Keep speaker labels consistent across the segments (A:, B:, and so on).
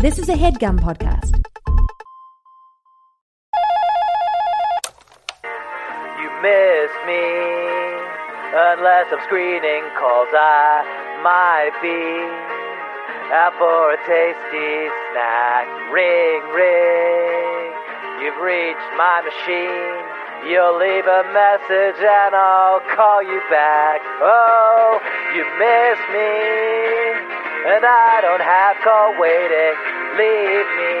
A: This is a headgum podcast.
B: You miss me unless I'm screening calls. I might be out for a tasty snack. Ring, ring. You've reached my machine. You'll leave a message and I'll call you back. Oh, you miss me. And I don't have call waiting. Leave me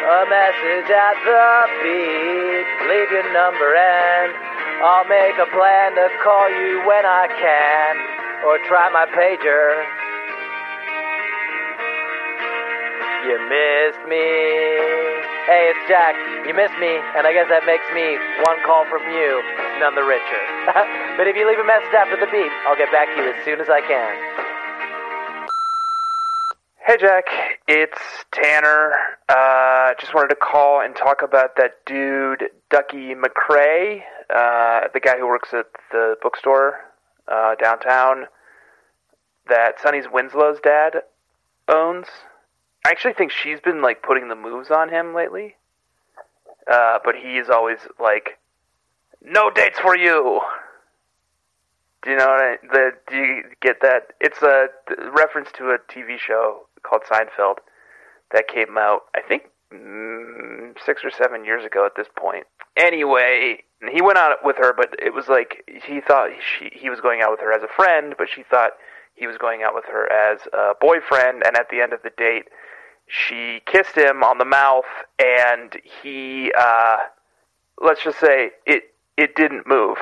B: a message at the beep. Leave your number and I'll make a plan to call you when I can. Or try my pager. You missed me. Hey, it's Jack. You missed me, and I guess that makes me one call from you, none the richer. but if you leave a message after the beep, I'll get back to you as soon as I can.
C: Hey Jack, it's Tanner. Uh, just wanted to call and talk about that dude, Ducky McCrae, uh, the guy who works at the bookstore uh, downtown that Sonny's Winslow's dad owns. I actually think she's been like putting the moves on him lately, uh, but he is always like, "No dates for you." Do you know what I, the? Do you get that? It's a reference to a TV show called Seinfeld that came out, I think, mm, six or seven years ago at this point. Anyway, he went out with her, but it was like he thought she he was going out with her as a friend, but she thought he was going out with her as a boyfriend. And at the end of the date, she kissed him on the mouth, and he, uh, let's just say, it it didn't move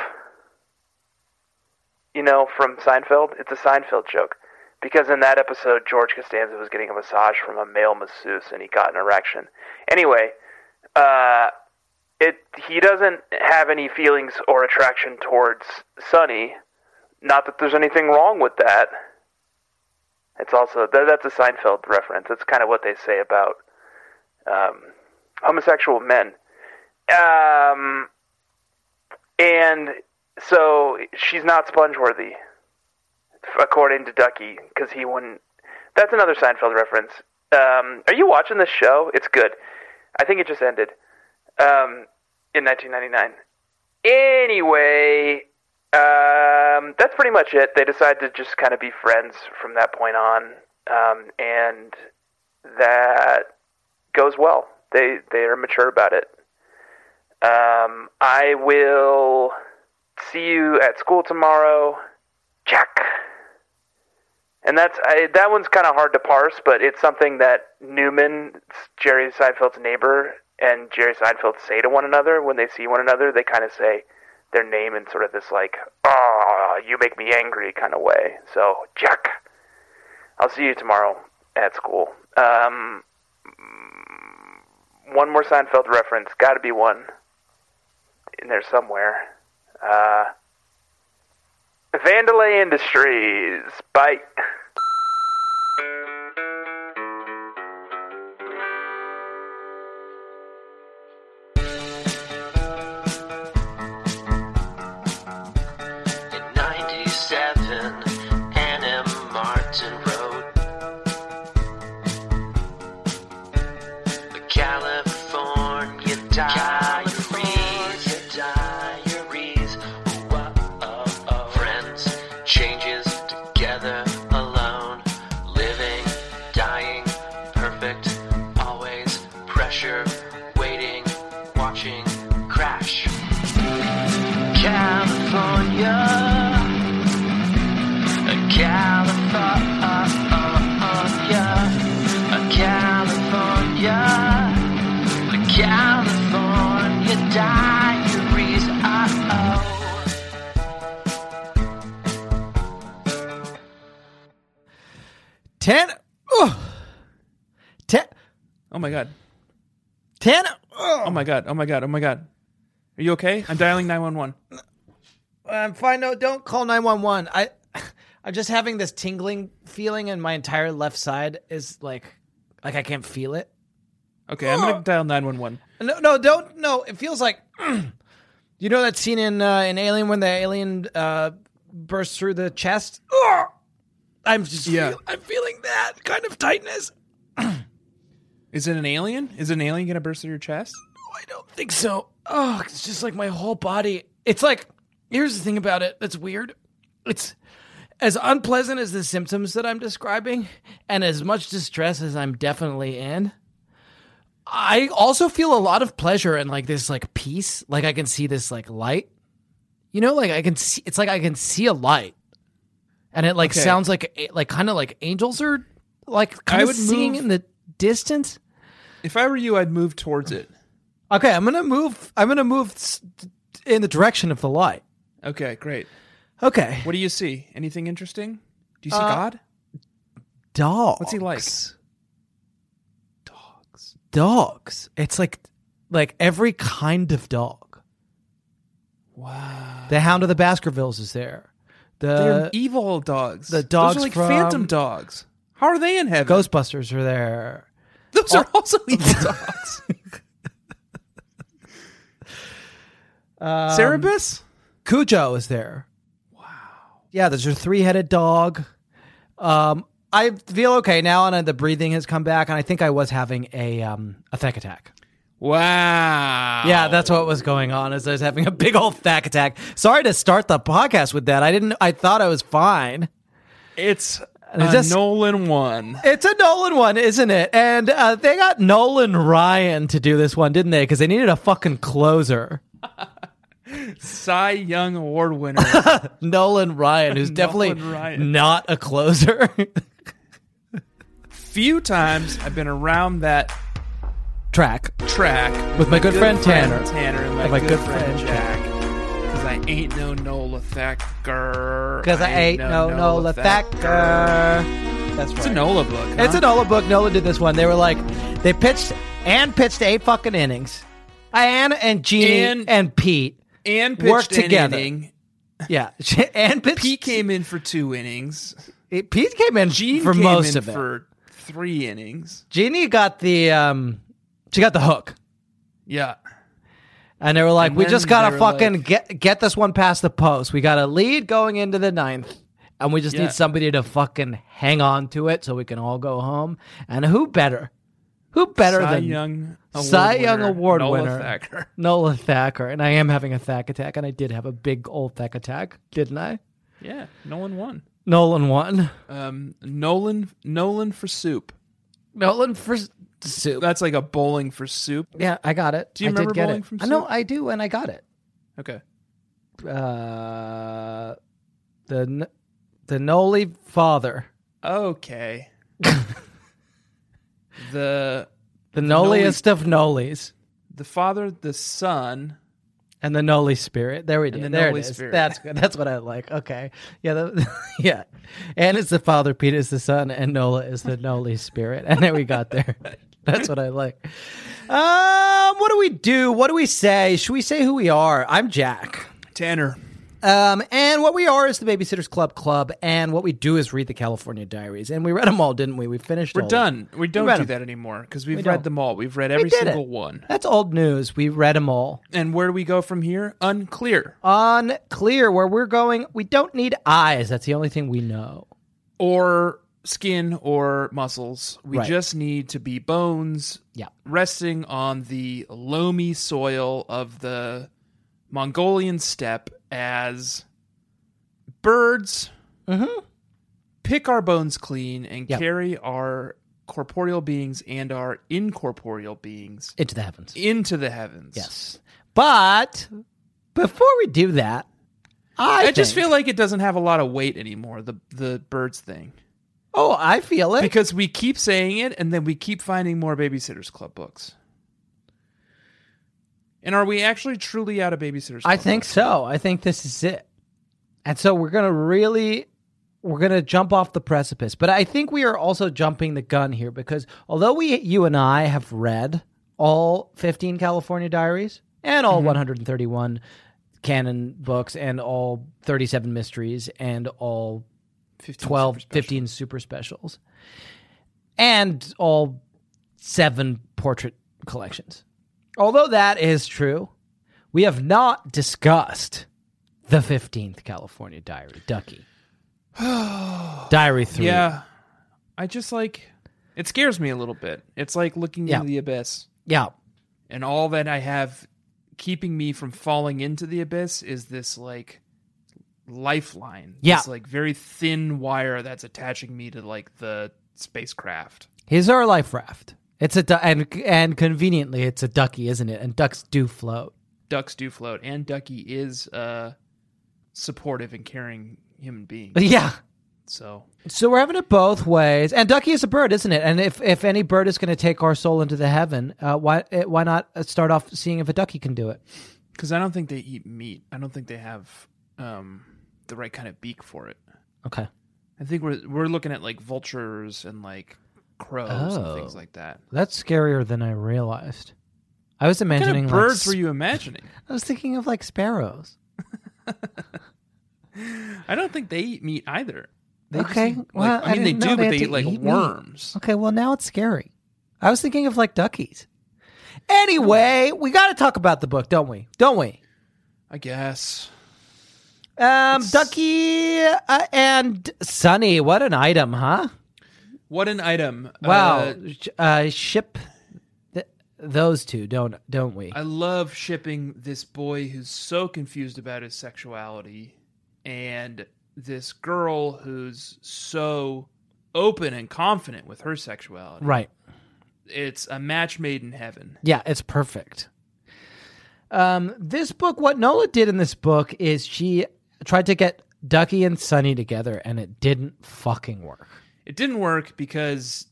C: you know, from Seinfeld. It's a Seinfeld joke. Because in that episode, George Costanza was getting a massage from a male masseuse and he got an erection. Anyway, uh, it he doesn't have any feelings or attraction towards Sonny. Not that there's anything wrong with that. It's also that, that's a Seinfeld reference. That's kind of what they say about um, homosexual men. Um, and so she's not sponge-worthy, according to Ducky, because he wouldn't. That's another Seinfeld reference. Um, are you watching this show? It's good. I think it just ended um, in 1999. Anyway, um, that's pretty much it. They decide to just kind of be friends from that point on, um, and that goes well. They they are mature about it. Um, I will see you at school tomorrow. Jack. And that's I, that one's kind of hard to parse, but it's something that Newman, Jerry Seinfeld's neighbor, and Jerry Seinfeld say to one another when they see one another. They kind of say their name in sort of this like, "Ah, you make me angry" kind of way. So, Jack, I'll see you tomorrow at school. Um, one more Seinfeld reference. Got to be one in there somewhere. Uh, Vandalay Industries. Bye.
D: In 97, Anna Martin wrote The California Diaries. Diaries. Whoa, oh, oh. Friends, changes, together, alone. Living, dying, perfect, always. Pressure, waiting, watching, crash. California. California. California. California Diaries. Oh, oh.
E: Ten. Oh. Ten.
F: Oh my god.
E: Ten. Oh.
F: Oh my god. Oh my god. Oh my god. Are you okay? I'm dialing 911.
E: I'm fine. No, um, don't call 911. I, I'm just having this tingling feeling, and my entire left side is like, like I can't feel it.
F: Okay, I'm going to dial 911.
E: No, no, don't. No, it feels like, you know that scene in uh, in Alien when the alien uh, bursts through the chest. Ugh! I'm just,
F: Yeah.
E: feel- I'm feeling that kind of tightness.
F: Is it an alien? Is an alien gonna burst through your chest?
G: Oh, I don't think so. Oh, it's just like my whole body. It's like here's the thing about it that's weird. It's as unpleasant as the symptoms that I'm describing and as much distress as I'm definitely in. I also feel a lot of pleasure and like this like peace. Like I can see this like light. You know, like I can see it's like I can see a light. And it like
F: Okay.
G: sounds like like kind of like angels are like
F: I
G: kind of
F: would
G: seeing
F: move-
G: in the distance.
F: If I were you, I'd move towards it.
G: Okay, I'm gonna move. I'm gonna move s- in the direction of the light.
F: Okay, great.
G: Okay,
F: What do you see? Anything interesting? Do you see
G: Uh,
F: God?
G: dogs.
F: What's he like?
G: Dogs. It's like, like every kind of dog.
F: Wow.
G: The Hound of the Baskervilles is there.
F: They're
G: The
F: evil dogs.
G: uh, the dogs
F: Those are like
G: from-
F: phantom dogs. How are they in heaven?
G: Ghostbusters are there.
F: Those are also evil dogs.
G: Um,
F: Cerebus?
G: Cujo is there. Wow. Yeah, there's a three-headed dog. Um, I feel okay now, and uh, the breathing has come back, and I think I was having a um a feck attack.
F: Wow.
G: Yeah, that's what was going on. Is I was having a big old thack attack. Sorry to start the podcast with that. I didn't. I thought I was fine.
F: It's
G: it
F: a
G: just-
F: Nolan one.
G: It's a Nolan one, isn't it? And uh, they got Nolan Ryan to do this one, didn't they? Because they needed a fucking closer.
F: Cy Young Award winner.
G: Nolan Ryan, who's definitely
F: Ryan.
G: not a closer.
F: Few times I've been around that
G: Track.
F: track
G: With my good friend Tanner.
F: Tanner and my,
G: And my
F: good,
G: good
F: friend,
G: friend
F: Jack. Because I ain't no Nola Thacker.
G: Because I ain't no Nola Thacker. That's right.
F: It's a Nola book. Huh?
G: It's a Nola book. Nola did this one. They were like, they pitched and pitched eight fucking innings. Anne and Jeannie
F: And-
G: and Pete.
F: and pitched
G: Work
F: an
G: together.
F: inning.
G: Yeah, and Pete,
F: Pete came in for two innings.
G: Pete came in
F: Gene
G: for
F: came
G: most
F: in
G: of it.
F: for three innings.
G: Jeannie got the um, she got the hook,
F: Yeah.
G: and they were like,
F: And
G: "We
F: then
G: just
F: they
G: gotta
F: were
G: fucking
F: like-
G: get get this one past the post. We got a lead going into the ninth, and we just
F: Yeah.
G: need somebody to fucking hang on to it so we can all go home. And who better? Who better
F: Cy
G: than
F: Young Award
G: Cy Young
F: winner,
G: Award
F: Nola
G: winner.
F: Thacker.
G: Nola Thacker? And I am having a thack attack, and I did have a big old thack attack, didn't I?
F: Yeah, Nolan won.
G: Nolan won.
F: Um, Nolan Nolan for soup.
G: Nolan for s- soup.
F: That's like a bowling for soup.
G: Yeah, I got it.
F: Do you
G: I
F: remember
G: did get
F: bowling
G: it.
F: from
G: I know
F: soup?
G: I do, and I got it.
F: Okay.
G: Uh, the N- the Noli father,
F: Okay. the
G: the, Noliest of Nolis,
F: the father, the son.
G: and the Noli spirit. There we
F: And
G: did.
F: the
G: there
F: Noli
G: it is.
F: spirit.
G: That's good. That's what I like. Okay. Yeah. The, yeah. And it's the father. Pete is the son, and Nola is the Noli spirit. And then we got there. That's what I like. Um, what do we do? What do we say? Should we say who we are? I'm Jack.
F: Tanner.
G: Um, and what we are is the Babysitters Club Club, and what we do is read the California Diaries, and we read them all, didn't we? We finished.
F: We're
G: all of them.
F: done. We don't
G: read
F: do
G: 'em.
F: that anymore because we've
G: We
F: read
G: don't.
F: them all. We've read
G: We
F: every
G: did
F: single
G: it.
F: one.
G: That's old news. We read them all.
F: And where do we go from here? Unclear.
G: Unclear where we're going. We don't need eyes. That's the only thing we know.
F: Or skin or muscles. We
G: Right.
F: just need to be bones
G: Yeah.
F: resting on the loamy soil of the Mongolian steppe as birds
G: Mm-hmm.
F: pick our bones clean and
G: Yep.
F: carry our corporeal beings and our incorporeal beings
G: Into the heavens.
F: into the heavens.
G: Yes. But before we do that, I,
F: I, just
G: think-
F: feel like it doesn't have a lot of weight anymore, the the birds thing.
G: Oh, I feel it.
F: Because we keep saying it and then we keep finding more babysitters club books. And are we actually truly out of babysitters club?
G: I think
F: books?
G: so. I think this is it. And so we're going to really we're going to jump off the precipice. But I think we are also jumping the gun here because although we you and I have read all 15 California Diaries and all 131 canon books and all 37 mysteries and all
F: 15
G: 12
F: super special.
G: 15 super specials and all seven portrait collections although that is true we have not discussed the 15th california diary ducky diary 3
F: Yeah. I just like It scares me a little bit. It's like looking
G: Yeah.
F: into the abyss,
G: Yeah.
F: and all that I have keeping me from falling into the abyss is this like lifeline.
G: Yeah.
F: This like very thin wire that's attaching me to like the spacecraft.
G: Here's our life raft. It's a du- and and conveniently it's a ducky, isn't it? And ducks do float.
F: Ducks do float, and Ducky is a supportive and caring human being.
G: Yeah.
F: So
G: So we're having it both ways. And ducky is a bird, isn't it? And if if any bird is going to take our soul into the heaven, uh, why eh, why not uh, start off seeing if a ducky can do it?
F: Because I don't think they eat meat. I don't think they have um, the right kind of beak for it.
G: Okay.
F: I think we're we're looking at like vultures and like crows
G: Oh.
F: and things like that.
G: That's scarier than I realized. I was
F: What kind
G: imagining
F: of
G: like,
F: birds
G: sp-
F: were you imagining?
G: I was thinking of like sparrows.
F: I don't think they eat meat either. They just
G: Okay,
F: eat, like-
G: well,
F: I
G: I
F: mean they
G: didn't know
F: do,
G: they
F: but
G: had
F: they
G: to
F: eat like
G: eat meat.
F: worms.
G: Okay, well now it's scary. I was thinking of like duckies. Anyway, we got to talk about the book, don't we? Don't we?
F: I guess.
G: Um, Ducky uh, and Sunny. What an item, huh?
F: What an item!
G: Wow.
F: Uh,
G: Sh- Uh, ship th- those two, don't don't we?
F: I love shipping this boy who's so confused about his sexuality and this girl who's so open and confident with her sexuality.
G: right.
F: It's a match made in heaven.
G: Yeah, it's perfect. Um, this book, what Nola did in this book is she tried to get Ducky and Sunny together, and it didn't fucking work.
F: It didn't work because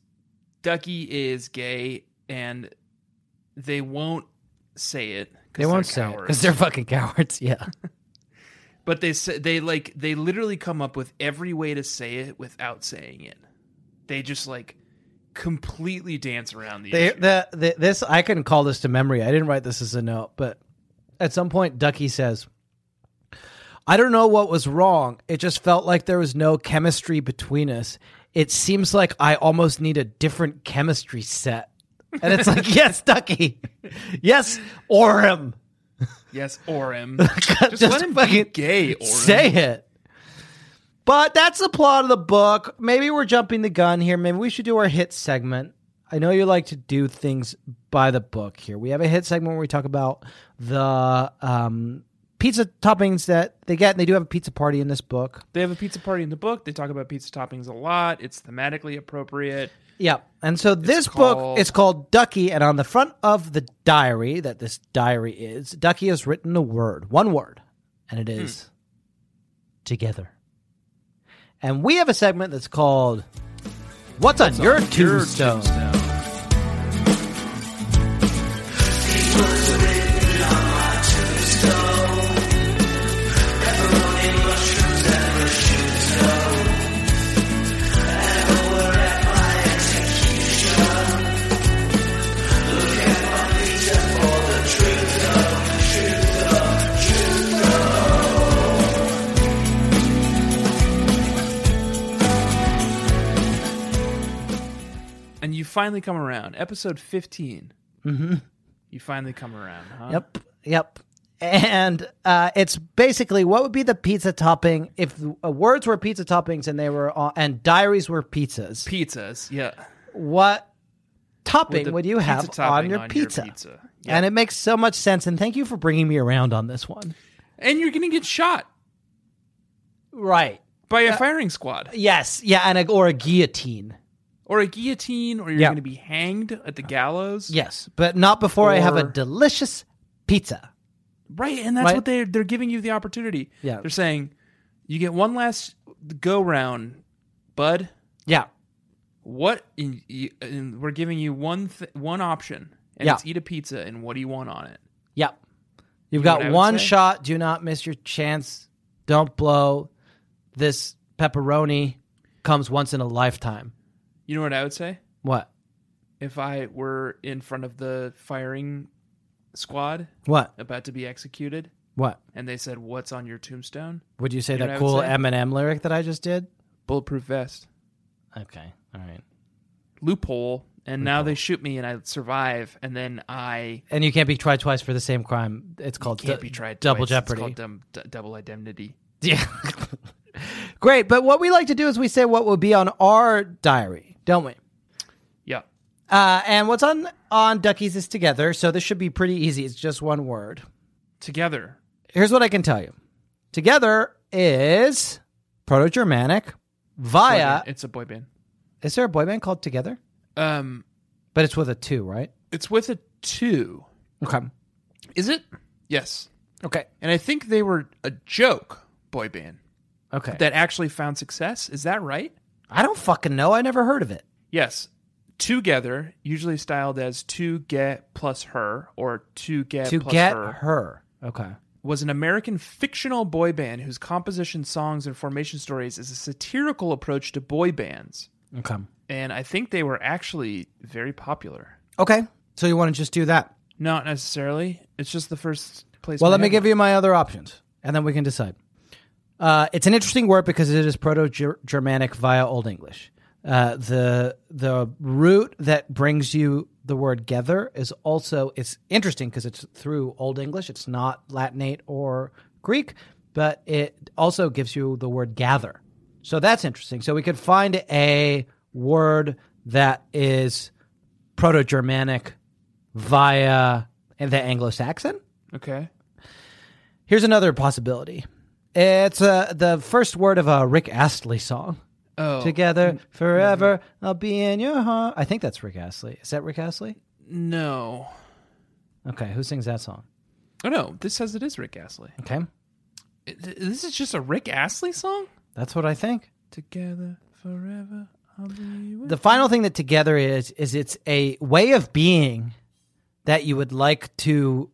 F: Ducky is gay and they won't say it. 'cause
G: They
F: they're
G: won't say it because
F: cowards.
G: they're fucking cowards. Yeah.
F: But they say, they like they literally come up with every way to say it without saying it. They just like completely dance around the
G: They,
F: issue.
G: the, the, this I can call this to memory. I didn't write this as a note, but at some point, Ducky says, "I don't know what was wrong. It just felt like there was no chemistry between us. It seems like I almost need a different chemistry set." And it's like, yes, Ducky, yes, Orem,
F: Yes, Orem.
G: just,
F: let him be
G: fucking
F: gay, Orem.
G: Say it. But that's the plot of the book. Maybe we're jumping the gun here. Maybe we should do our hit segment. I know you like to do things by the book here. We have a hit segment where we talk about the um, pizza toppings that they get, and they do have a pizza party in this book.
F: they have a pizza party in the book. They talk about pizza toppings a lot. It's thematically appropriate.
G: Yeah. And so this
F: called-
G: book is called Ducky, and on the front of the diary that this diary is, Ducky has written a word, one word, and
F: Hmm.
G: it is together. And we have a segment that's called What's on Your Tombstone?
F: And you finally come around. Episode 15. Mm-hmm. You finally come around, huh?
G: Yep. Yep. And uh, it's basically what would be the pizza topping if uh, words were pizza toppings and they were on, and diaries were pizzas.
F: Pizzas. Yeah.
G: what topping
F: With the
G: would you
F: pizza
G: have on
F: topping
G: your
F: on your
G: pizza?
F: pizza.
G: And it makes so much sense. And thank you for bringing me around on this one.
F: And you're going to get shot
G: Right.
F: by a firing squad
G: Yes. Yeah. And a, or a guillotine.
F: or a guillotine or you're
G: Yeah.
F: going to be hanged at the gallows.
G: Yes, but not before I have a
F: Or-
G: delicious pizza.
F: Right, and that's
G: Right.
F: what they're they're giving you the opportunity.
G: Yeah.
F: They're saying you get one last go round, bud.
G: Yeah.
F: What in, you, and we're giving you one th- one option, and
G: Yeah.
F: it's eat a pizza. And what do you want on it?
G: Yep. You've
F: what I
G: got
F: would
G: one
F: say?
G: shot. Do not miss your chance. Don't blow. This pepperoni comes once in a lifetime.
F: You know what I would say
G: What?
F: if I were in front of the firing squad
G: What?
F: about to be executed,
G: What?
F: and they said, "What's on your tombstone?
G: Would you say
F: know what
G: that
F: I would
G: cool
F: say?
G: Eminem lyric that I just did?
F: Bulletproof vest,
G: Okay. All right.
F: loophole." And now they shoot me, and I survive, and then I
G: And you can't be tried twice for the same crime. It's called
F: can't
G: du-
F: be tried.
G: double
F: twice. It's
G: jeopardy.
F: called dum- d- double identity.
G: Yeah. Great. But what we like to do is we say what will be on our diary, don't we? Uh, and what's on on Duckies is together, so this should be pretty easy. It's just one word.
F: Together.
G: Here's what I can tell you. Together is Proto-Germanic
F: Boy
G: via.
F: band. It's a boy band.
G: Is there a boy band called Together?
F: Um,
G: But it's with a two, right?
F: it's with a two.
G: Okay.
F: Is it? Yes.
G: Okay.
F: And I think they were a joke boy band
G: Okay.
F: that actually found success. Is that right?
G: I don't fucking know. I never heard of it.
F: Yes. Together, usually styled as to get plus her or to get
G: to
F: plus
G: get
F: her.
G: her. Okay.
F: was an American fictional boy band whose composition, songs, and formation stories is a satirical approach to boy bands.
G: Okay.
F: And I think they were actually very popular.
G: Okay. So you want to just do that?
F: Not necessarily. It's just the first place.
G: Well,
F: my
G: let me
F: head
G: give
F: went.
G: you my other options, and then we can decide. Uh, it's an interesting word because it is Proto-Germanic via Old English. Uh, the the root that brings you the word "gether" is also it's interesting because it's through Old English. It's not Latinate or Greek, but it also gives you the word "gather." So that's interesting. So we could find a word that is Proto-Germanic via the Anglo-Saxon.
F: Okay.
G: Here's another possibility. It's uh, the first word of a Rick Astley song.
F: Oh,
G: Together forever, I'll be in your heart. I think that's Rick Astley. Is that Rick Astley?
F: no.
G: Okay, who sings that song?
F: Oh, no. This says it is Rick Astley.
G: Okay,
F: It- th- This is just a Rick Astley song?
G: that's what I think.
F: Together forever. I'll be with-
G: The final thing that together is is it's a way of being that you would like to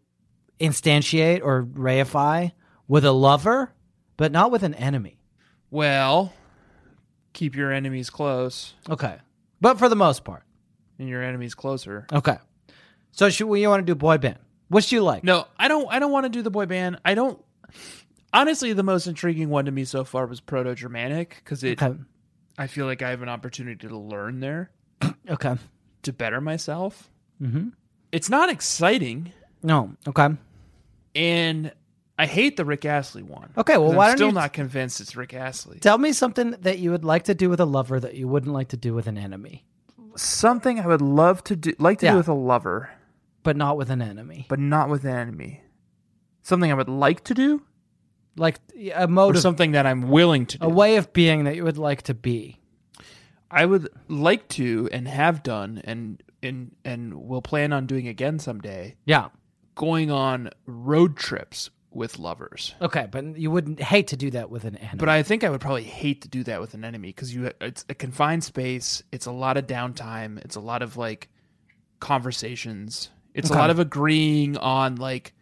G: instantiate or reify with a lover, but not with an enemy.
F: Well, keep your enemies close
G: Okay, but for the most part.
F: and your enemies closer.
G: Okay, so should we? You want to do boy band? What do you like?
F: No, I don't. I don't want to do the boy band. I don't. Honestly, the most intriguing one to me so far was Proto Germanic because it.
G: Okay.
F: I feel like I have an opportunity to learn there
G: Okay.
F: to better myself. Mm-hmm. It's not exciting,
G: No. Okay.
F: and I hate the Rick Astley one.
G: Okay, well,
F: 'cause I'm
G: why don't
F: still
G: you-
F: not convinced it's Rick Astley?
G: Tell me something that you would like to do with a lover that you wouldn't like to do with an enemy,
F: Something I would love to do, like to
G: Yeah.
F: do with a lover,
G: but not with an enemy.
F: but not with an enemy. Something I would like to do,
G: Like a
F: or
G: mode of,
F: something that I'm willing to do.
G: a way of being that you would like to be.
F: I would like to and have done and and and will plan on doing again someday.
G: Yeah.
F: Going on road trips with lovers.
G: Okay, but you wouldn't hate to do that with an enemy.
F: But I think I would probably hate to do that with an enemy because you it's a confined space. It's a lot of downtime. It's a lot of like conversations. It's a
G: Okay.
F: lot of agreeing on like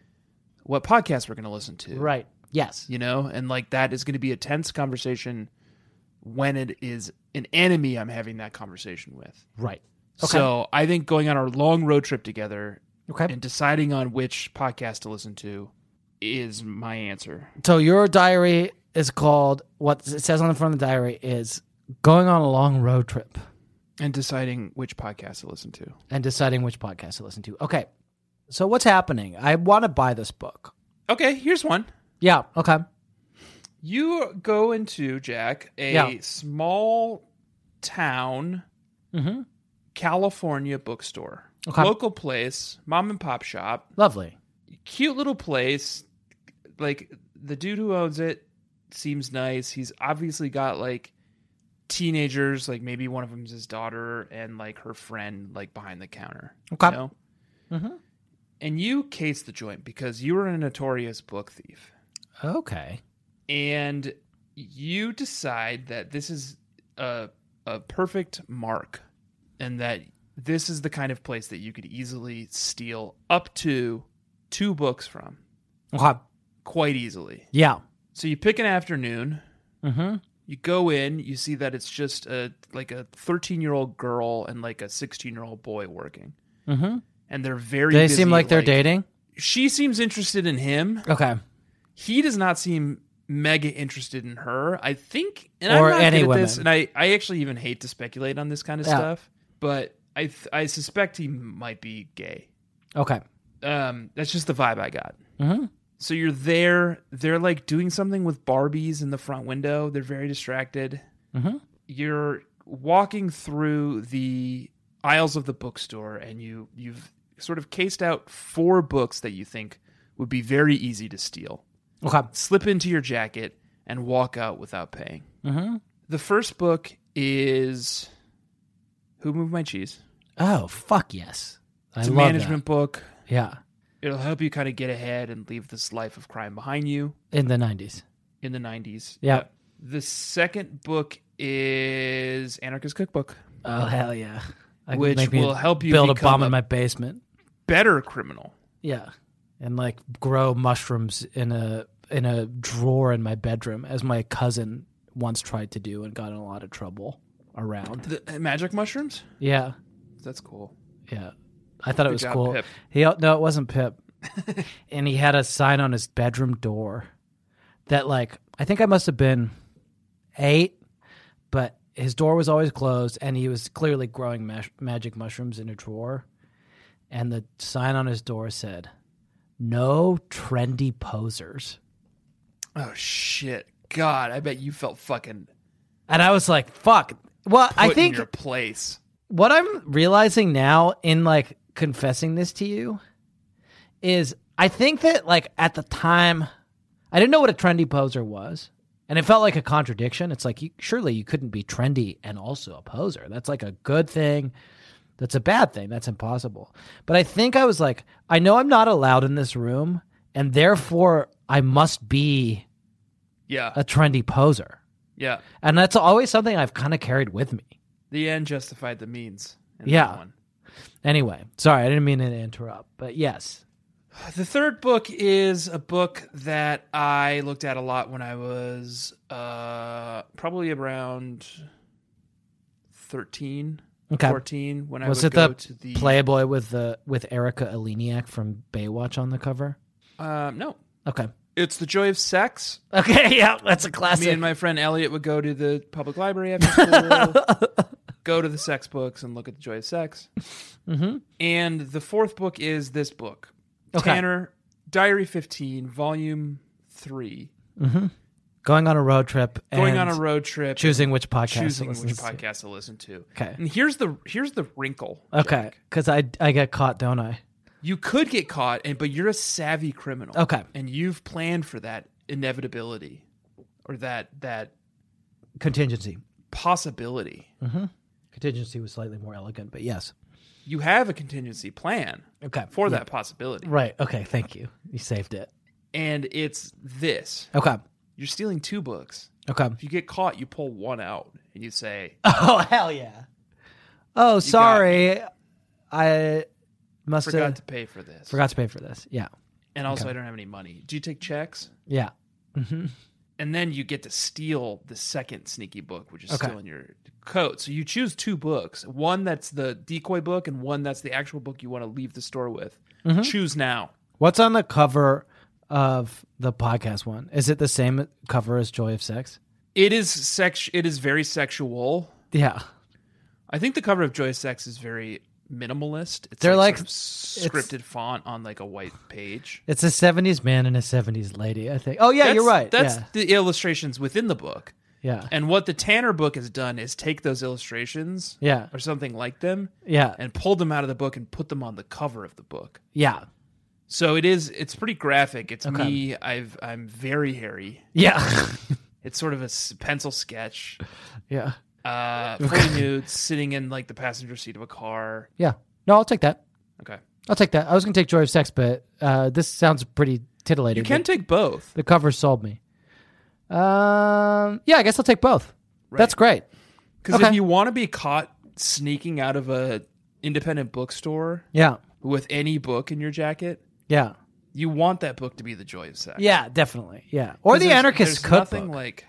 F: what podcast we're going to listen to.
G: right. Yes.
F: You know, and like that is going to be a tense conversation when it is an enemy I'm having that conversation with.
G: Right. Okay.
F: So I think going on a long road trip together
G: okay.
F: and deciding on which podcast to listen to is my answer.
G: So your diary is called what it says on the front of the diary is going on a long road trip
F: And deciding which podcast to listen to.
G: and deciding which podcast to listen to. Okay. So what's happening? I want to buy this book.
F: Okay, here's one.
G: Yeah. Okay.
F: You go into Jack a
G: Yeah.
F: small town
G: Mm-hmm.
F: California bookstore.
G: Okay.
F: Local place, mom and pop shop,
G: Lovely.
F: cute little place. Like the dude who owns it seems nice. He's obviously got like teenagers, like maybe one of them's his daughter and like her friend, like behind the counter.
G: Okay.
F: You know?
G: Mhm.
F: And you case the joint because you were a notorious book thief,
G: Okay.
F: and you decide that this is a a perfect mark, and that this is the kind of place that you could easily steal up to two books from
G: Okay.
F: quite easily.
G: Yeah.
F: So you pick an afternoon.
G: Mm-hmm.
F: You go in, you see that it's just a like a 13-year-old girl and like a 16-year-old boy working.
G: Mm-hmm.
F: And they're very
G: Do they
F: busy,
G: seem like they're dating?
F: She seems interested in him.
G: Okay.
F: He does not seem mega interested in her. I think and
G: Or
F: I'm not
G: any
F: good at
G: women.
F: this and I I actually even hate to speculate on this kind of
G: Yeah.
F: stuff, but I th- I suspect he might be gay.
G: Okay.
F: Um that's just the vibe I got.
G: Mm-hmm.
F: So you're there. They're like doing something with Barbies in the front
G: Mm-hmm.
F: window. They're very distracted.
G: Mhm.
F: You're walking through the aisles of the bookstore and you you've sort of cased out four books that you think would be very easy to steal.
G: Mm-hmm. Okay.
F: Slip into your jacket and walk out without paying.
G: Mm-hmm.
F: The first book is Who Moved My Cheese?
G: Oh fuck yes. I
F: It's a
G: love
F: management book.
G: That. Yeah.
F: It'll help you kind of get ahead and leave this life of crime behind you
G: In the nineties.
F: in the 90s.
G: Yeah.
F: Yep. The second book is Anarchist Cookbook.
G: Oh hell yeah. That could
F: Which
G: make me
F: will help you
G: build a
F: become
G: bomb
F: a-
G: in my basement.
F: Better criminal.
G: Yeah. And like grow mushrooms in a in a drawer in my bedroom as my cousin once tried to do and got in a lot of trouble around.
F: The uh, magic mushrooms?
G: Yeah.
F: That's cool.
G: Yeah. I thought it was
F: job,
G: cool.
F: Pip.
G: He no, it wasn't Pip. and he had a sign on his bedroom door that like I think I must have been 8, but his door was always closed and he was clearly growing mash- magic mushrooms in a drawer and the sign on his door said no trendy posers.
F: Oh shit. God, I bet you felt fucking
G: And I was like, fuck. Well,
F: put
G: I
F: in
G: think
F: your place.
G: what I'm realizing now in like confessing this to you is I think that like at the time I didn't know what a trendy poser was. And it felt like a contradiction. It's like you, surely you couldn't be trendy and also a poser. That's like a good thing. That's a bad thing. That's impossible. But I think I was like, I know I'm not allowed in this room, and therefore I must be
F: Yeah.
G: a trendy poser.
F: yeah.
G: And that's always something I've kind of carried with me.
F: The end justified the means. in that
G: Yeah.
F: one.
G: Anyway, sorry, I didn't mean to interrupt, but yes.
F: The third book is a book that I looked at a lot when I was uh, probably around 13,
G: Okay.
F: 14 when I
G: was
F: would
G: it
F: go
G: the,
F: to the
G: Playboy with the with Erica Eleniak from Baywatch on the cover?
F: Um, no.
G: Okay.
F: It's The Joy of Sex.
G: Okay, yeah, that's a
F: Me
G: classic.
F: and my friend Elliot would go to the public library after school, go to the sex books, and look at the joy of sex. And the fourth book is this book,
G: Mm-hmm. Okay.
F: Tanner Diary 15, Volume Three.
G: Going on a road trip and
F: Going on a road trip,
G: choosing which podcast. to
F: choosing
G: listen
F: which
G: to.
F: podcast to listen to.
G: Okay.
F: And here's the here's the wrinkle.
G: Okay,
F: Jake.
G: cuz I I get caught, don't I?
F: You could get caught, and but you're a savvy criminal.
G: Okay.
F: And you've planned for that inevitability, or that that
G: Contingency.
F: possibility.
G: Contingency was slightly more elegant, but yes.
F: You have a contingency plan.
G: Okay.
F: for that possibility.
G: Right. Okay, thank you. You saved it.
F: And it's this
G: Okay.
F: you're stealing two books.
G: Okay.
F: If you get caught, you pull one out and you say,
G: Oh, hell yeah. Oh, sorry. I must
F: forgot
G: have
F: to pay for this.
G: forgot to pay for this. Yeah.
F: And also, I don't have any money. Do you take checks?
G: Yeah.
F: And then you get to steal the second sneaky book, which is
G: Okay.
F: still in your coat. So you choose two books one that's the decoy book and one that's the actual book you want to leave the store with.
G: Mm-hmm.
F: Choose now.
G: What's on the cover of the podcast one? Is it the same cover as Joy of Sex?
F: It is sex. It is very sexual.
G: Yeah.
F: I think the cover of Joy of Sex is very minimalist. It's
G: They're like-
F: sort of scripted font on like a white page.
G: It's a 70s man and a 70s lady, I think. Oh, yeah, you're
F: That's-
G: right.
F: That's the illustrations within the book.
G: yeah. Yeah.
F: And what the Tanner book has done is take those illustrations
G: Yeah.
F: or something like them
G: Yeah.
F: and pull them out of the book and put them on the cover of the book.
G: yeah.
F: So it is it's pretty graphic. It's
G: Okay.
F: me. I've I'm very hairy.
G: Yeah.
F: It's sort of a s- pencil sketch.
G: yeah.
F: Uh fully nude sitting in like the passenger seat of a car.
G: Yeah. No, I'll take that.
F: Okay.
G: I'll take that. I was going to take Joy of Sex, but uh, this sounds pretty titillating.
F: You can take both.
G: the cover sold me. Um, yeah, I guess I'll take both. That's great.
F: Because if
G: Okay.
F: you want to be caught sneaking out of a independent bookstore
G: Yeah.
F: with any book in your jacket,
G: Yeah.
F: you want that book to be the joy of sex.
G: Yeah, definitely. Yeah. Or
F: 'Cause
G: the
F: there's-
G: anarchist
F: there's
G: cookbook.
F: Nothing like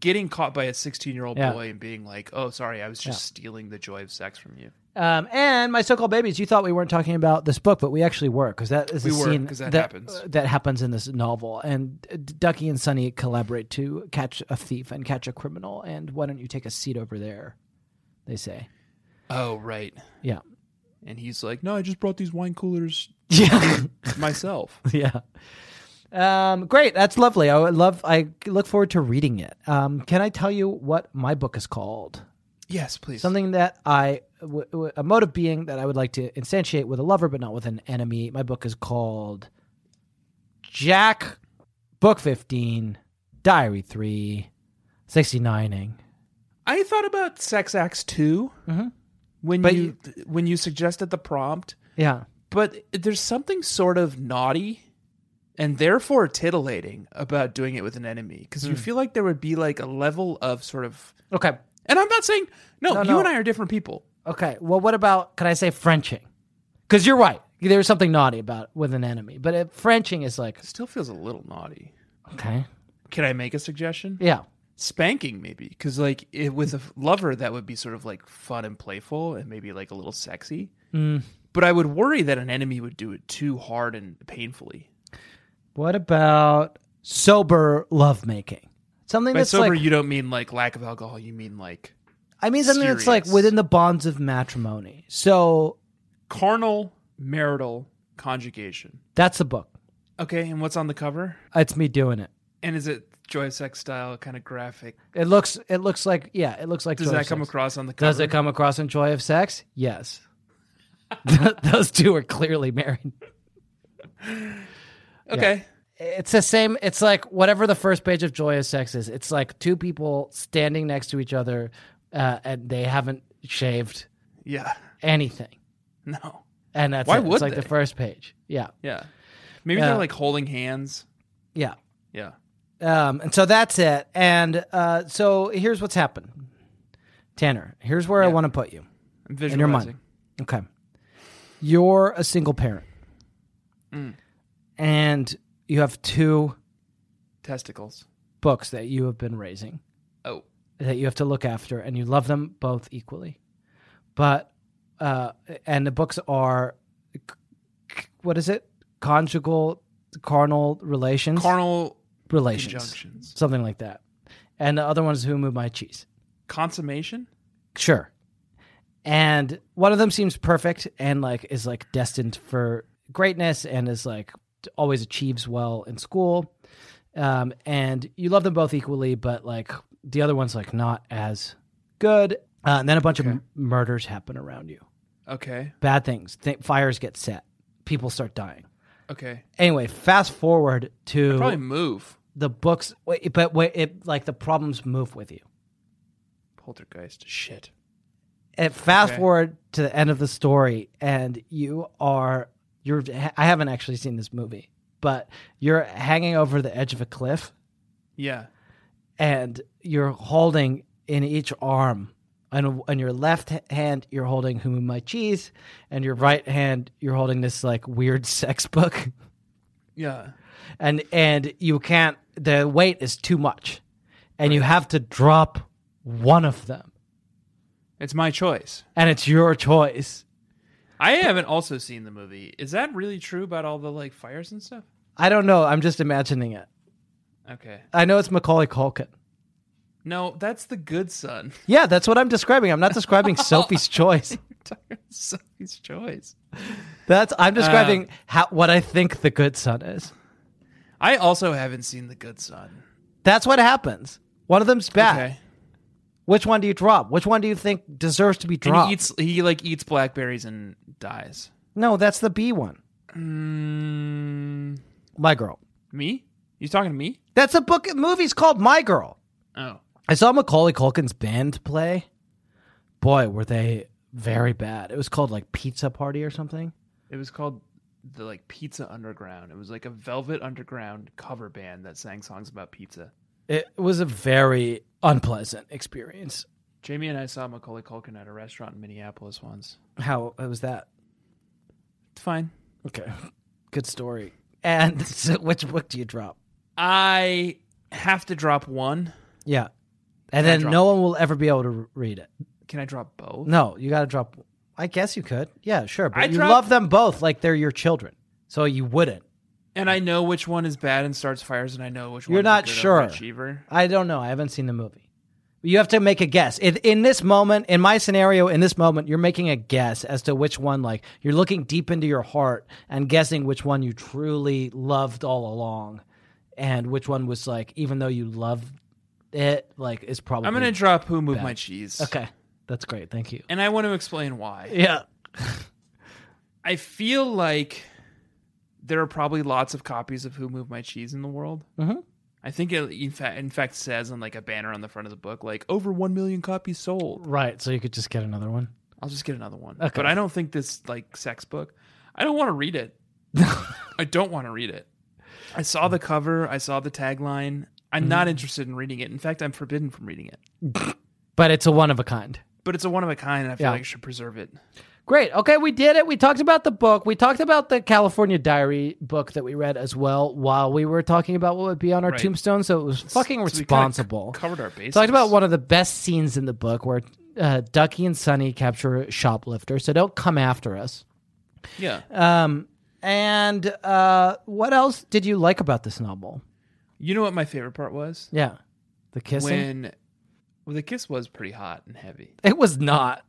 F: getting caught by a 16 year old
G: Yeah.
F: boy and being like, "Oh, sorry, I was just stealing the joy of sex from you."
G: Um, and my so-called babies. You thought we weren't talking about this book, but we actually were because that is
F: We
G: a
F: were,
G: scene
F: 'cause that happens.
G: uh, that happens in this novel. And D- Ducky and Sunny collaborate to catch a thief and catch a criminal. And why don't you take a seat over there? They say,
F: Oh, right.
G: yeah,
F: And he's like, "No, I just brought these wine coolers
G: yeah,
F: myself."
G: yeah. Um, great, that's lovely. I would love. I look forward to reading it. Um, can I tell you what my book is called?
F: Yes, please.
G: Something that I, w- w- a mode of being that I would like to instantiate with a lover, but not with an enemy. My book is called Jack, Book 15, Diary 3, 69ing.
F: I thought about Sex Acts 2
G: Mhm.
F: when
G: But
F: you when you suggested the prompt,
G: Yeah.
F: but there's something sort of naughty and therefore titillating about doing it with an enemy because
G: Hmm.
F: you feel like there would be like a level of sort of
G: Okay.
F: and I'm not saying no,
G: No,
F: you
G: no.
F: and I are different people.
G: Okay. Well, what about, could I say Frenching? Because you're right. There's something naughty about with an enemy, but uh, Frenching is like,
F: Still feels a little naughty.
G: okay.
F: Can I make a suggestion?
G: Yeah.
F: Spanking maybe because like it, with a f- lover that would be sort of like fun and playful and maybe like a little sexy.
G: Hmm.
F: But I would worry that an enemy would do it too hard and painfully.
G: What about sober lovemaking? Something
F: By
G: that's
F: sober,
G: like,
F: you don't mean like lack of alcohol. You mean like
G: I mean, something that's like
F: serious.
G: within the bonds of matrimony. So
F: carnal marital conjugation.
G: that's the book.
F: Okay, and what's on the cover?
G: It's me doing it.
F: And is it joy sex style kind of graphic?
G: It looks. It looks like. Yeah. It looks like.
F: Does
G: Joy
F: that
G: of
F: come
G: Sex.
F: across on the cover?
G: Does it come across in Joy of Sex? Yes. Those two are clearly married.
F: Okay,
G: It's the same. It's like whatever the first page of Joy of Sex is. It's like two people standing next to each other, uh, and they haven't shaved
F: yeah,
G: anything.
F: no,
G: And that's
F: Why
G: it. It's
F: would
G: like the
F: they?
G: first page. Yeah.
F: yeah. Maybe
G: Yeah.
F: they're like holding hands.
G: Yeah.
F: Yeah.
G: Um, and so that's it. And uh, so here's what's happened, Tanner. Here's where I want to put you
F: I'm
G: in your
F: visualizing.
G: mind. Okay, you're a single parent,
F: Mm.
G: and you have two
F: Testicles.
G: books that you have been raising
F: Oh,
G: that you have to look after, and you love them both equally. But uh, and the books are c- c- what is it? Conjugal, carnal relations,
F: carnal
G: relations,
F: conjunctions.
G: something like that. And the other one is Who Moved My Cheese.
F: Consummation.
G: Sure. And one of them seems perfect and like is like destined for greatness and is like always achieves well in school. Um, and you love them both equally, but like the other one's like not as good. Uh, and then a bunch of m- murders happen around you.
F: Okay.
G: Bad things. Th- fires get set. People start dying.
F: Okay.
G: Anyway, fast forward to
F: Probably move.
G: the books, wait, but wait, it like the problems move with you.
F: Poltergeist. Shit.
G: and fast
F: Okay.
G: forward to the end of the story and you are you're i haven't actually seen this movie but you're hanging over the edge of a cliff
F: Yeah.
G: and you're holding in each arm and on your left h- hand you're holding who Moved my cheese and your right hand you're holding this like weird sex book
F: Yeah.
G: and and you can't the weight is too much and you have to drop one of them
F: It's my choice.
G: and it's your choice
F: I haven't also seen the movie. Is that really true about all the like fires and stuff?
G: i don't know i'm just imagining it
F: Okay.
G: I know it's Macaulay Culkin.
F: No, that's the good son.
G: Yeah, that's what I'm describing. I'm not describing Sophie's Choice.
F: Sophie's choice.
G: That's I'm describing
F: Uh.
G: how, what I think the good son is.
F: I also haven't seen the good son.
G: That's what happens. One of them's bad.
F: Okay.
G: Which one do you drop? Which one do you think deserves to be
F: And
G: dropped?
F: he eats he like eats blackberries and dies.
G: no, that's the B one.
F: Mm,
G: My girl.
F: me? You talking to me?
G: That's a book. Movie's called My Girl.
F: Oh.
G: I saw Macaulay Culkin's band play. Boy, were they very bad. It was called like Pizza Party or something.
F: It was called the like Pizza Underground. It was like a Velvet Underground cover band that sang songs about pizza.
G: It was a very unpleasant experience.
F: Jamie and I saw Macaulay Culkin at a restaurant in Minneapolis once.
G: How, how was that?
F: It's fine.
G: Okay. Good story. And so which book do you drop?
F: I have to drop one.
G: Yeah. And
F: I
G: then
F: drop-
G: no one will ever be able to re- read it.
F: Can I drop both?
G: No, you got to drop. I guess you could. Yeah, sure. But
F: I
G: you
F: drop-
G: love them both like they're your children. So you wouldn't.
F: And I know which one is bad and starts fires, and I know which
G: You're
F: one
G: not
F: is a good
G: sure.
F: overachiever.
G: I don't know. I haven't seen the movie. You have to make a guess. In, in this moment, in my scenario, in this moment, you're making a guess as to which one, like, you're looking deep into your heart and guessing which one you truly loved all along and which one was, like, even though you love it, like, is probably.
F: I'm gonna drop who moved my cheese.
G: Okay. That's great. Thank you.
F: and I want to explain why.
G: Yeah.
F: I feel like there are probably lots of copies of Who Moved My Cheese in the world.
G: Mhm.
F: I think it in fact, in fact says on like a banner on the front of the book, like over one million copies sold.
G: Right. So you could just get another one.
F: I'll just get another one.
G: Okay.
F: But I don't think this like sex book. I don't want to read it. I don't want to read it. I saw the cover. I saw the tagline. I'm
G: Mm-hmm.
F: not interested in reading it. In fact, I'm forbidden from reading it.
G: But it's a one of a kind.
F: But it's a one of a kind. And I feel
G: Yeah.
F: like I should preserve it.
G: Great. Okay, we did it. We talked about the book. We talked about the California Diary book that we read as well while we were talking about what would be on our
F: Right.
G: tombstone. So it was fucking
F: So we kinda
G: responsible.
F: c- covered our bases.
G: talked about one of the best scenes in the book where uh, Ducky and Sonny capture a shoplifter. So don't come after us.
F: Yeah.
G: Um, and uh, what else did you like about this novel?
F: You know what my favorite part was?
G: Yeah, the kissing.
F: when well, the kiss was pretty hot and heavy.
G: It was not.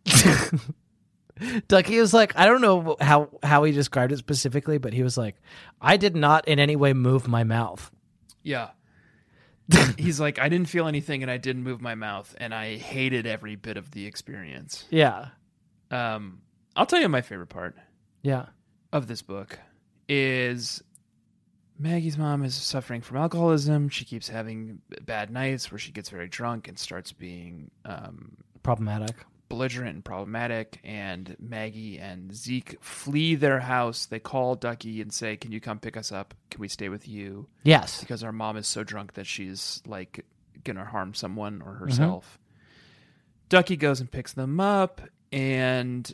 G: Ducky was like, I don't know how how he described it specifically, but he was like, I did not in any way move my mouth.
F: Yeah. He's like, I didn't feel anything and I didn't move my mouth and I hated every bit of the experience.
G: Yeah,
F: Um, I'll tell you my favorite part
G: yeah,
F: of this book is Maggie's mom is suffering from alcoholism. She keeps having bad nights where she gets very drunk and starts being um,
G: problematic.
F: belligerent and problematic and maggie and zeke flee their house they call ducky and say can you come pick us up can we stay with you
G: Yes,
F: because our mom is so drunk that she's like gonna harm someone or herself ducky goes and picks them up and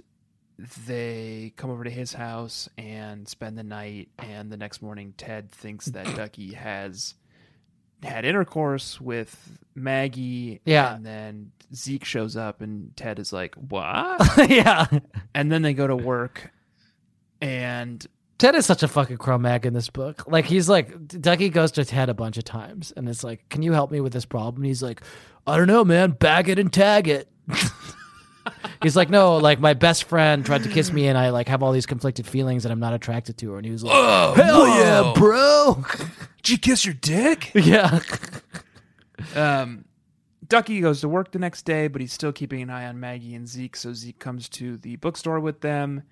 F: they come over to his house and spend the night and the next morning ted thinks that ducky has had intercourse with maggie
G: Yeah.
F: and then zeke shows up and ted is like what
G: yeah.
F: and then they go to work and
G: Ted is such a fucking Cro-Mag in this book. Like he's like Ducky goes to Ted a bunch of times, and it's like, "Can you help me with this problem?" And he's like, "I don't know, man. Bag it and tag it." he's like, "No, like my best friend tried to kiss me, and I like have all these conflicted feelings, and I'm not attracted to her." And he was like, "Hell yeah, bro."
F: did you kiss your dick
G: yeah,
F: Um, Ducky goes to work the next day, but he's still keeping an eye on Maggie and Zeke. So Zeke comes to the bookstore with them.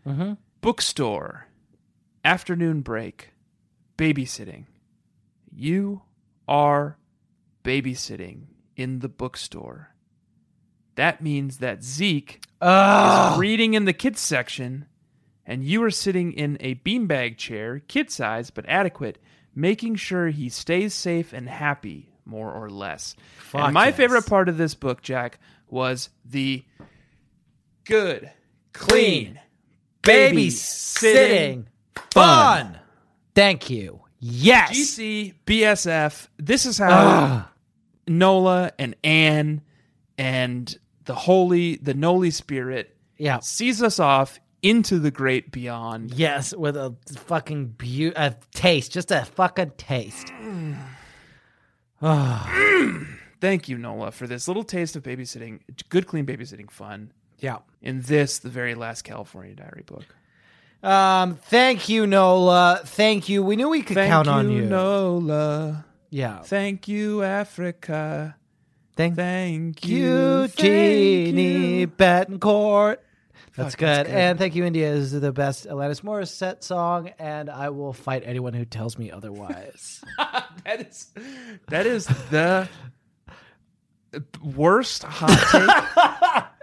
F: Bookstore, afternoon break, babysitting. You are babysitting in the bookstore. That means that Zeke
G: Ah,
F: is reading in the kids section, and you are sitting in a beanbag chair, kid size but adequate, making sure he stays safe and happy, more or less. and my favorite part of this book, Jack, was the good, clean, babysitting.
G: fun. Thank you. Yes.
F: GC, BSF, this is how Nola and Anne and the holy, the Noli spirit
G: Yeah.
F: sees us off into the great beyond.
G: Yes, with a fucking beaut, a taste, just a fucking taste.
F: Thank you, Nola, for this little taste of babysitting, good, clean babysitting fun
G: Yeah.
F: in this, the very last California Diary book.
G: Um. Thank you, Nola. Thank you. We knew we could
F: Thank
G: count
F: you,
G: on you.
F: Nola.
G: yeah.
F: Thank you, Africa.
G: Thank,
F: Thank you,
G: you, Jeannie Betancourt. That's
F: Fuck,
G: good.
F: that's good.
G: And thank you, India. This is the best Alanis Morissette song, and I will fight anyone who tells me otherwise.
F: That is that is the worst hot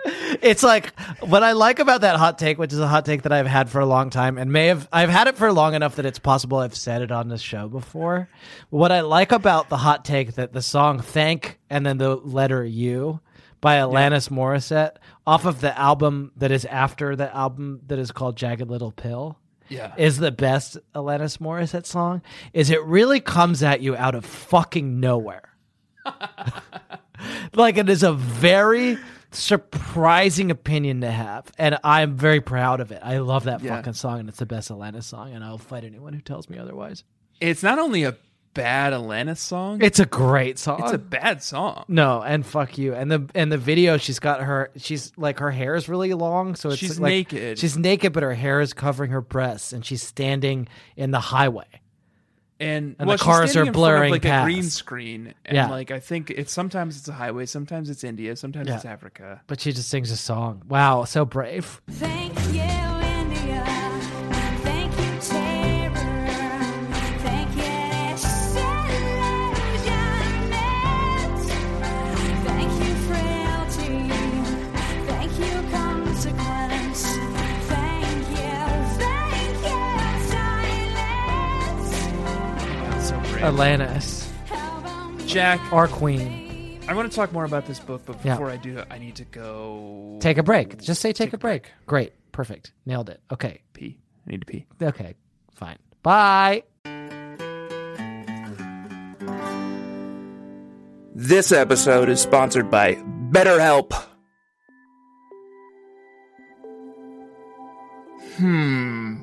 G: it's like what I like about that hot take, which is a hot take that I've had for a long time, and may have I've had it for long enough that it's possible I've said it on this show before. What I like about the hot take that the song "Thank" and then the letter "U" by Alanis Morissette off of the album that is after the album that is called "Jagged Little Pill."
F: take. yeah.
G: is the best Alanis Morissette song is it really comes at you out of fucking nowhere. like it is a very surprising opinion to have, and I'm very proud of it. I love that
F: Yeah.
G: fucking song, and it's the best Alanis song, and I'll fight anyone who tells me otherwise.
F: It's not only a bad Alanis song, it's,
G: It's a great song.
F: a bad song.
G: no, and fuck you. And the and the video, she's got her. She's like her hair is really long, so it's
F: She's
G: like-
F: naked.
G: She's naked, but her hair is covering her breasts, and she's standing in the highway.
H: and,
G: And
H: well,
G: the
H: she's
G: cars
H: standing in
G: are
H: front of,
G: blurring
H: like a green
G: past.
H: screen, and
G: Yeah.
H: like I think it's sometimes it's a highway, sometimes it's India, sometimes
G: Yeah.
H: it's Africa.
G: But she just sings a song. Wow, so brave.
I: Thank you, India. Thank you, terror. Thank you, silence. Thank you, frailty. Thank you, consequence. Thank you, thank you, silence.
H: So brave.
G: Atlantis
I: Help on me,
H: Jack,
G: or Queen.
H: I want to talk more about this book, but
G: Yeah.
H: before I do, I need to go
G: Take a break. Just say take, a break. Great. Perfect. Nailed it. Okay.
H: pee. I need to pee.
G: Okay. Fine. Bye.
F: This episode is sponsored by BetterHelp. Hmm.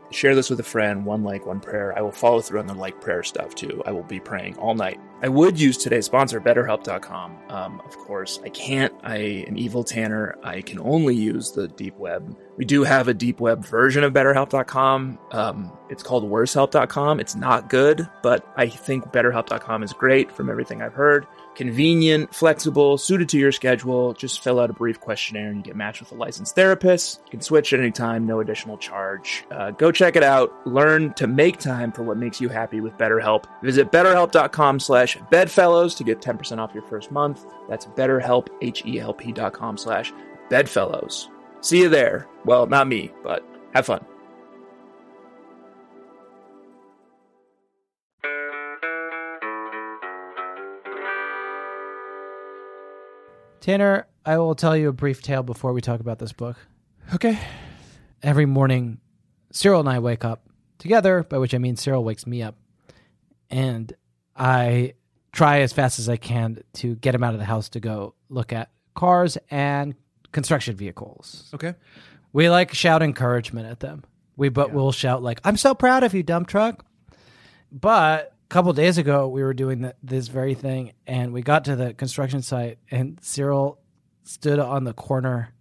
F: share this with a friend one like one prayer i will follow through on the like prayer stuff too i will be praying all night i would use today's sponsor betterhelp.com um, of course i can't i am evil tanner i can only use the deep web we do have a deep web version of betterhelp.com um, it's called worsehelp.com it's not good but i think betterhelp.com is great from everything i've heard convenient, flexible, suited to your schedule. Just fill out a brief questionnaire and you get matched with a licensed therapist. You can switch at any time, no additional charge. Uh, go check it out. Learn to make time for what makes you happy with BetterHelp. Visit betterhelp.com slash bedfellows to get 10% off your first month. That's betterhelp, H-E-L-P dot com slash bedfellows. See you there. Well, not me, but have fun.
G: Tanner, I will tell you a brief tale before we talk about this book.
H: Okay.
G: Every morning, Cyril and I wake up together, by which I mean Cyril wakes me up. And I try as fast as I can to get him out of the house to go look at cars and construction vehicles.
H: Okay.
G: We like shout encouragement at them. We but we'll shout like, "I'm so proud of you, dump truck." But a couple days ago, we were doing th- this very thing, and we got to the construction site, and Cyril stood on the corner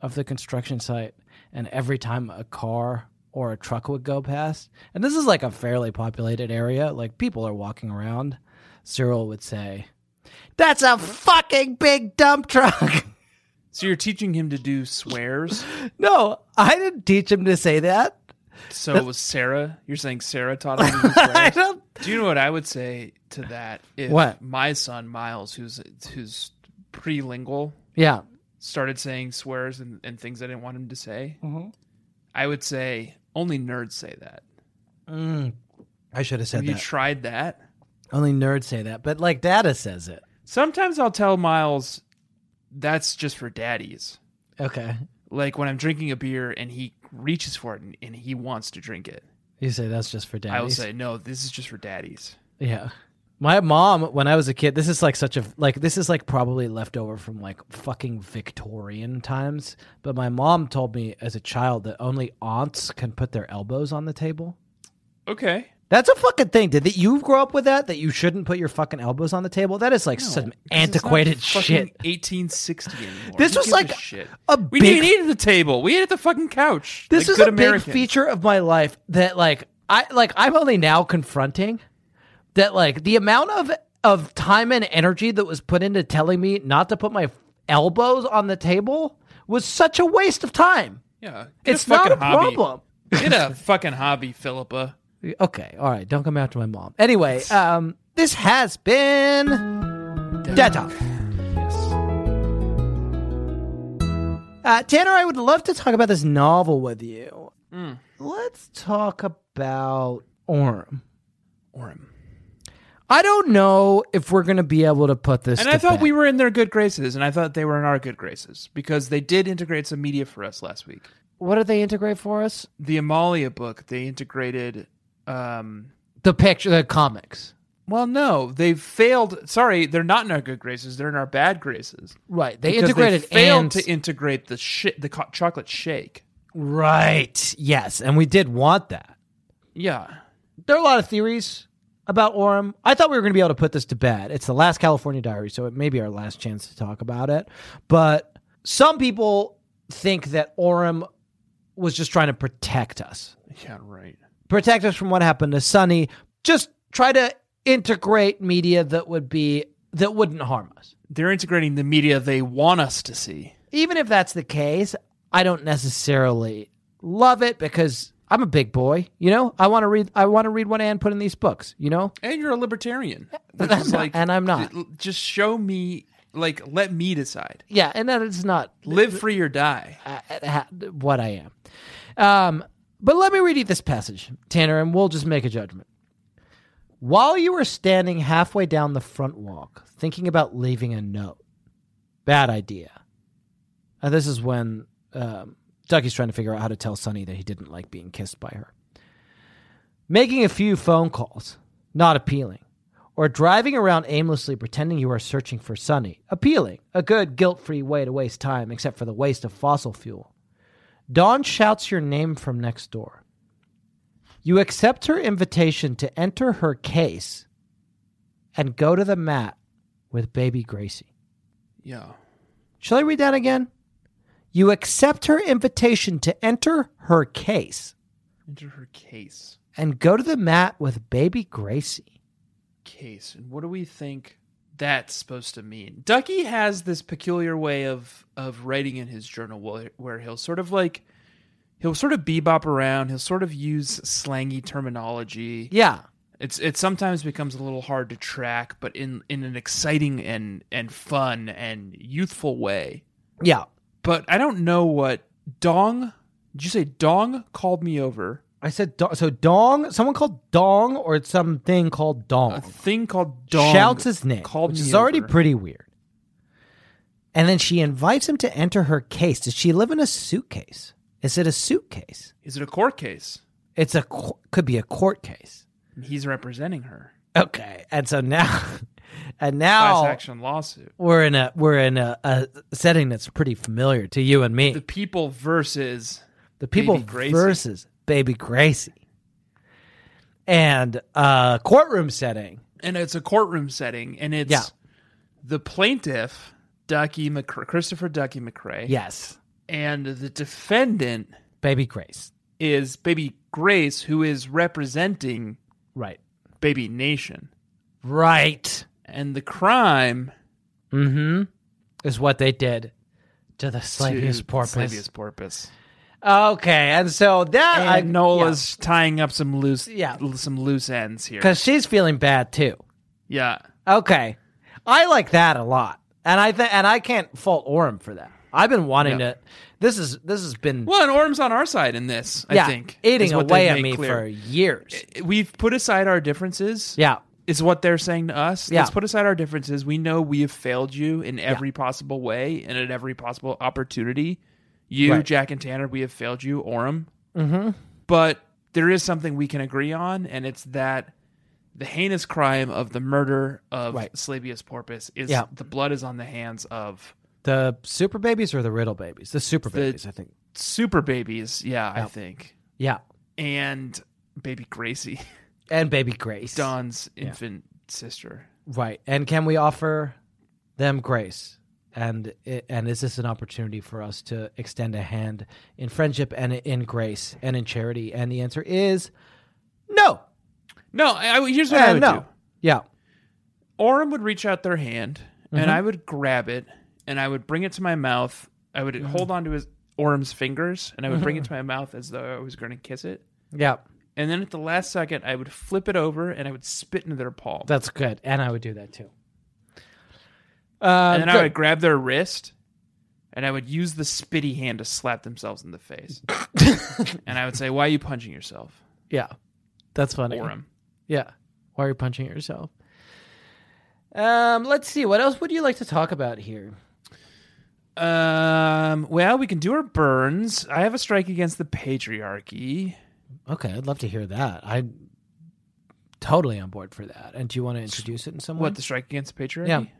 G: of the construction site, and every time a car or a truck would go past, and this is like a fairly populated area, like people are walking around, Cyril would say, "That's a fucking big dump truck."
H: So you're teaching him to do swears.
G: no, I didn't teach him to say that.
H: So it was Sarah. You're saying Sarah taught him to do swears.
G: I don't.
H: Do you know what I would say to that? If
G: What?
H: my son Miles, who's who's prelingual,
G: Yeah.
H: started saying swears and, and things I didn't want him to say,
G: Mm-hmm.
H: I would say only nerds say that.
G: I should have
H: Have
G: said
H: you
G: that.
H: tried that?
G: Only nerds say that, but like Data says it.
H: Sometimes I'll tell Miles that's just for daddies.
G: Okay.
H: Like when I'm drinking a beer and he reaches for it and, and he wants to drink it,
G: You say that's just for daddies.
H: I will say no. This is just for daddies.
G: Yeah. My mom, when I was a kid, this is like such a like this is like probably leftover from like fucking Victorian times. But my mom told me as a child that only aunts can put their elbows on the table.
H: Okay.
G: That's a fucking thing. Did that you grow up with that? That you shouldn't put your fucking elbows on the table? That is like some antiquated shit.
H: 1860 anymore.
G: This
H: Who
G: was
H: gives
G: like
H: shit?
G: a
H: we
G: big-
H: didn't eat at the table. We ate at the fucking couch.
G: This
H: like
G: is
H: good
G: a
H: Americans.
G: big feature of my life that like I like I'm only now confronting that like the amount of of time and energy that was put into telling me not to put my elbows on the table was such a waste of time.
H: Yeah, get
G: It's not
H: fucking
G: a
H: hobby.
G: problem.
H: Get a fucking hobby, Philippa.
G: Okay, all right, don't come after my mom. Anyway, um this has been Data. Uh, Tanner, I would love to talk about this novel with you.
F: Hmm.
G: Let's talk about Orm.
F: Orm.
G: I don't know if we're going to be able to put this.
F: And
G: to
F: I thought
G: bed.
F: we were in their good graces, and I thought they were in our good graces because they did integrate some media for us last week.
G: What did they integrate for us?
F: The Amalia book, they integrated. Um,
G: The picture, the comics.
F: well, no, they failed. Sorry, they're not in our good graces. They're in our bad graces.
G: Right. They
F: Because
G: integrated
F: failed
G: and
F: to integrate the shit, the co- chocolate shake.
G: right. Yes, and we did want that.
F: Yeah,
G: There are a lot of theories about Orem. I thought we were going to be able to put this to bed. It's the last California Diary, so it may be our last chance to talk about it. But some people think that Orem was just trying to protect us.
F: yeah, right.
G: protect us from what happened to Sonny. Just try to integrate media that would be that wouldn't harm us.
F: They're integrating the media they want us to see.
G: Even if that's the case, I don't necessarily love it because I'm a big boy, you know? I want to read I want to read what Anne put in these books, you know?
F: And you're a libertarian, which
G: I'm
F: is
G: not-
F: like,
G: and I'm not.
F: l- Just show me, like, let me decide.
G: Yeah, and that is not
F: Live free or die.
G: uh, ha- what I am. Um, but let me read you this passage, Tanner, and we'll just make a judgment. While you were standing halfway down the front walk, thinking about leaving a note, bad idea. And this is when um, Ducky's trying to figure out how to tell Sonny that he didn't like being kissed by her. Making a few phone calls, not appealing. Or driving around aimlessly pretending you are searching for Sunny, appealing, a good guilt free way to waste time except for the waste of fossil fuel. Dawn shouts your name from next door. You accept her invitation to enter her case and go to the mat with baby Gracie.
F: Yeah.
G: Shall I read that again? You accept her invitation to enter her case
F: Enter her case.
G: and go to the mat with baby Gracie.
F: Case. And what do we think that's supposed to mean? Ducky has this peculiar way of of writing in his journal where, where he'll sort of like he'll sort of bebop around, he'll sort of use slangy terminology.
G: Yeah.
F: It's it sometimes becomes a little hard to track, but in in an exciting and and fun and youthful way.
G: Yeah.
F: But I don't know what Dong did you say Dong called me over?
G: I said do- so. Dong. Someone called Dong, or it's something called Dong.
F: A thing called Dong
G: Shouts his name,
F: Called
G: which
F: me
G: is already
F: over.
G: pretty weird. And then she invites him to enter her case. Does she live in a suitcase? Is it a suitcase?
F: Is it a court case?
G: It's a co- could be a court case.
F: And he's representing her.
G: Okay, and so now, and
F: Class
G: now
F: action lawsuit.
G: we're in a we're in a, a setting that's pretty familiar to you and me.
F: The people versus
G: the people
F: Baby Gracie.
G: versus Baby Gracie, and uh courtroom setting.
F: and it's a courtroom setting and it's
G: Yeah.
F: the plaintiff, Ducky McCray, Christopher Ducky McCray.
G: Yes,
F: And the defendant
G: Baby Grace.
F: is baby Grace who is representing
G: Right.
F: baby nation.
G: Right.
F: And the crime
G: Mm-hmm. Is what they did to the
F: to
G: Slavius porpoise.
F: Slavius porpoise.
G: Okay, and so that
F: And
G: I
F: Nola's tying up some loose
G: Yeah.
F: l- some loose ends here.
G: because she's feeling bad too.
F: Yeah.
G: Okay, I like that a lot, and I th- and I can't fault Orem for that. I've been wanting
F: No.
G: to. This is this has been
F: Well, and Orm's on our side in this,
G: yeah,
F: I think.
G: eating
F: is what
G: away
F: they
G: at
F: make
G: me
F: clear. Eh,
G: for years.
F: we've put aside our differences.
G: Yeah,
F: Is what they're saying to us.
G: Yeah.
F: Let's put aside our differences. We know we have failed you in every possible way and at every possible opportunity. You,
G: Right.
F: Jack and Tanner, we have failed you, Orem. Mm-hmm. But there is something we can agree on, and it's that the heinous crime of the murder of
G: Right.
F: Slavius Porpoise is
G: Yeah.
F: the blood is on the hands of
G: the super babies or the riddle babies? The super
F: The-
G: babies, I think.
F: super babies. Yeah, I think.
G: Yeah,
F: And baby Gracie,
G: and baby Grace.
F: Don's infant sister.
G: Right. And can we offer them grace? And i- and is this an opportunity for us to extend a hand in friendship and in grace and in charity? And the answer is no.
F: No, I, I- here's what I
G: And
F: would
G: Uh, no.
F: do.
G: Yeah.
F: Orem would reach out their hand, and I would grab it, and I would bring it to my mouth. I would hold on to his Orem's fingers, and I would bring it to my mouth as though I was going to kiss it.
G: Yeah.
F: And then at the last second, I would flip it over and I would spit into their palm.
G: That's good. And I would do that too. Uh,
F: and then I
G: good.
F: would grab their wrist, and I would use the spitty hand to slap themselves in the face. and I would say, "Why are you punching yourself?"
E: Yeah. That's funny.
F: Or him.
E: Yeah. Why are you punching at yourself? Um, let's see. What else would you like to talk about here?
F: Um. Well, we can do our burns. I have a strike against the patriarchy.
G: Okay, I'd love to hear that. I'm totally on board for that. And do you want to introduce it in some way?
F: What the strike against the patriarchy?
G: Mm-hmm. Yeah.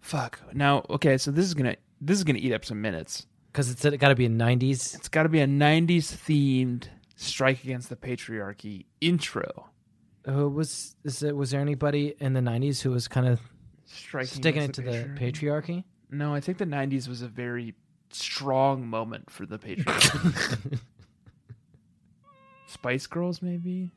F: Fuck. Now, okay. So this is gonna this is gonna eat up some minutes.
G: Because it's got to be in '90s.
F: It's got to be a '90s themed strike against the patriarchy intro.
G: Who was is it, was there anybody in the '90s who was kind of
F: Strike
G: sticking it to the patriarchy?
F: No, I think the '90s was a very strong moment for the patriarchy. Spice Girls, maybe.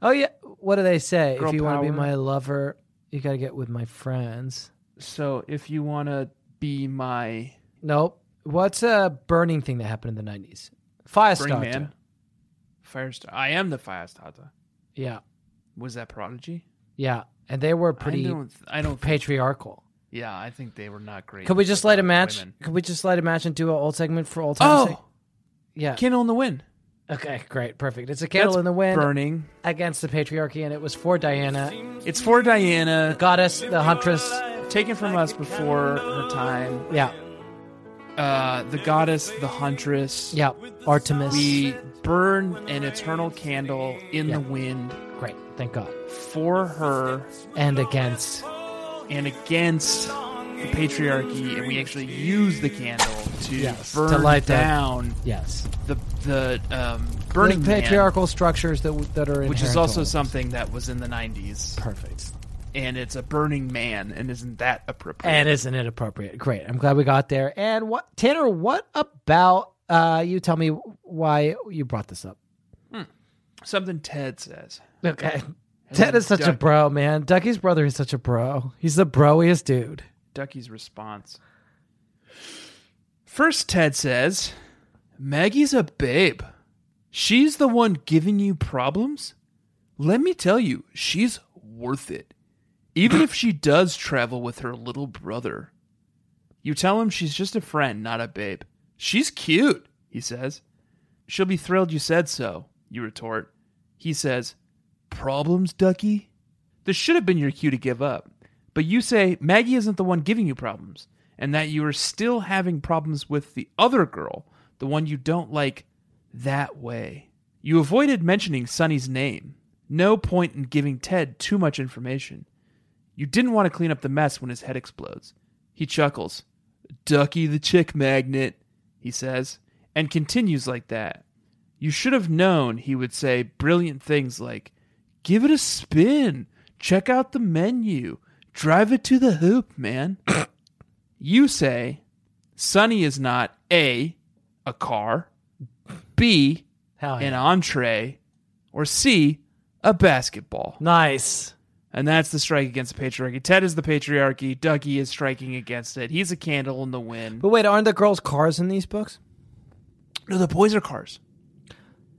G: Oh yeah. What do they say?
F: Girl
G: if you want to be
F: power.
G: my lover, you got to get with my friends.
F: So if you want to be my
G: Nope. What's a burning thing that happened in the '90s? Firestarter.
F: Burning Man, Firestar, I am the Firestarter.
G: Yeah,
F: Was that Prodigy?
G: yeah. And they were
F: I
G: pretty
F: don't. I don't.
G: patriarchal.
F: yeah, I think they were not great.
G: Could we just light a match?
F: Women.
G: Could we just light a match and do an old segment for old time?
F: Oh,
G: yeah.
F: Candle in the Wind.
G: okay, great, perfect. It's a candle
F: That's
G: in the wind
F: Burning.
G: against the patriarchy, and it was for Diana,
F: It's for Diana,
G: goddess, the huntress.
F: taken from us before her time.
G: Yeah,
F: Uh, the goddess, the huntress.
G: yeah. Artemis.
F: We burn an eternal candle in the wind
G: Great, thank God.
F: for her
G: And against.
F: and against the patriarchy, and we actually use the candle to
G: Yes,
F: burn
G: to light the-
F: down
G: Yes.
F: the the um, burning
G: The
F: Man,
G: patriarchal structures that w- that are in
F: which is also something that was in the '90s,
G: perfect.
F: and it's a burning man, and isn't that appropriate?
G: And isn't it appropriate? Great. I'm glad we got there. And what Tanner, what about uh you tell me why you brought this up?
F: Something Ted says.
G: Okay. Ted is such a
F: Duck-
G: bro, man. Ducky's brother is such a bro. He's the broiest dude.
F: Ducky's response. First, Ted says, Maggie's a babe. She's the one giving you problems. Let me tell you, she's worth it. Even if she does travel with her little brother. You tell him she's just a friend, not a babe. She's cute, he says. She'll be thrilled you said so, you retort. He says, Problems, Ducky? This should have been your cue to give up. But you say Maggie isn't the one giving you problems, and that you are still having problems with the other girl, the one you don't like that way. You avoided mentioning Sonny's name. No point in giving Ted too much information. You didn't want to clean up the mess when his head explodes. He chuckles. Ducky the chick magnet, he says, and continues like that. You should have known he would say brilliant things like, Give it a spin. Check out the menu. Drive it to the hoop, man. you say Sonny is not A, a car, B,
G: Hell
F: an
G: Oh, yeah.
F: entree, or C, a basketball.
G: Nice.
F: And that's the strike against the patriarchy. Ted is the patriarchy. Dougie is striking against it. He's a candle in the wind.
G: But wait, aren't the girls cars in these books?
F: No, the boys are cars.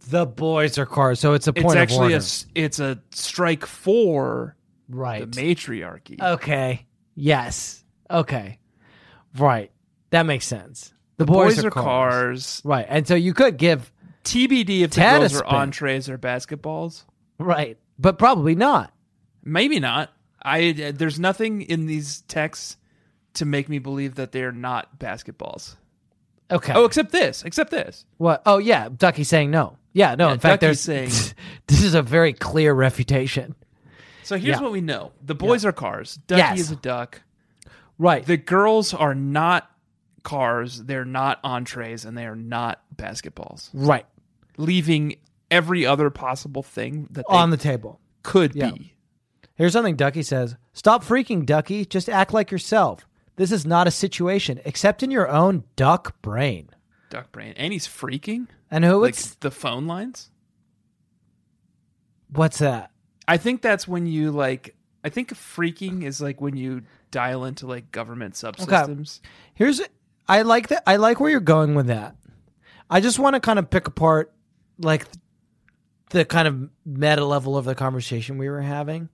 G: The boys are cars, so it's a point
F: It's
G: of
F: actually
G: order.
F: a s- it's a strike for the
G: right. Uh,
F: matriarchy.
G: okay. Yes. Okay. Right. That makes sense. The boys,
F: boys, are cars.
G: Right. And so you could give
F: TBD if the
G: Tad
F: girls
G: a
F: are
G: spin.
F: entrees or basketballs.
G: right, but probably not.
F: Maybe not. I uh, there's nothing in these texts to make me believe that they're not basketballs.
G: Okay.
F: Oh, except this. Except this.
G: What? Oh yeah, Ducky saying no. Yeah, no.
F: Yeah,
G: in fact,
F: Ducky's
G: there's
F: saying-
G: this is a very clear refutation.
F: So here's
G: Yeah.
F: what we know: the boys are cars. Ducky
G: Yes.
F: is a duck.
G: Right.
F: The girls are not cars. They're not entrees, and they are not basketballs.
G: right.
F: Leaving every other possible thing that they
G: On the table.
F: could
G: yeah.
F: be.
G: Here's something Ducky says. Stop freaking, Ducky. Just act like yourself. This is not a situation, except in your own duck brain.
F: Duck brain, and he's freaking.
G: And who
F: Like
G: it's
F: the phone lines.
G: what's that?
F: I think that's when you like. I think freaking is like when you dial into like government subsystems.
G: Here's I like that I like where you're going with that. I just want to kind of pick apart like the kind of meta level of the conversation we were having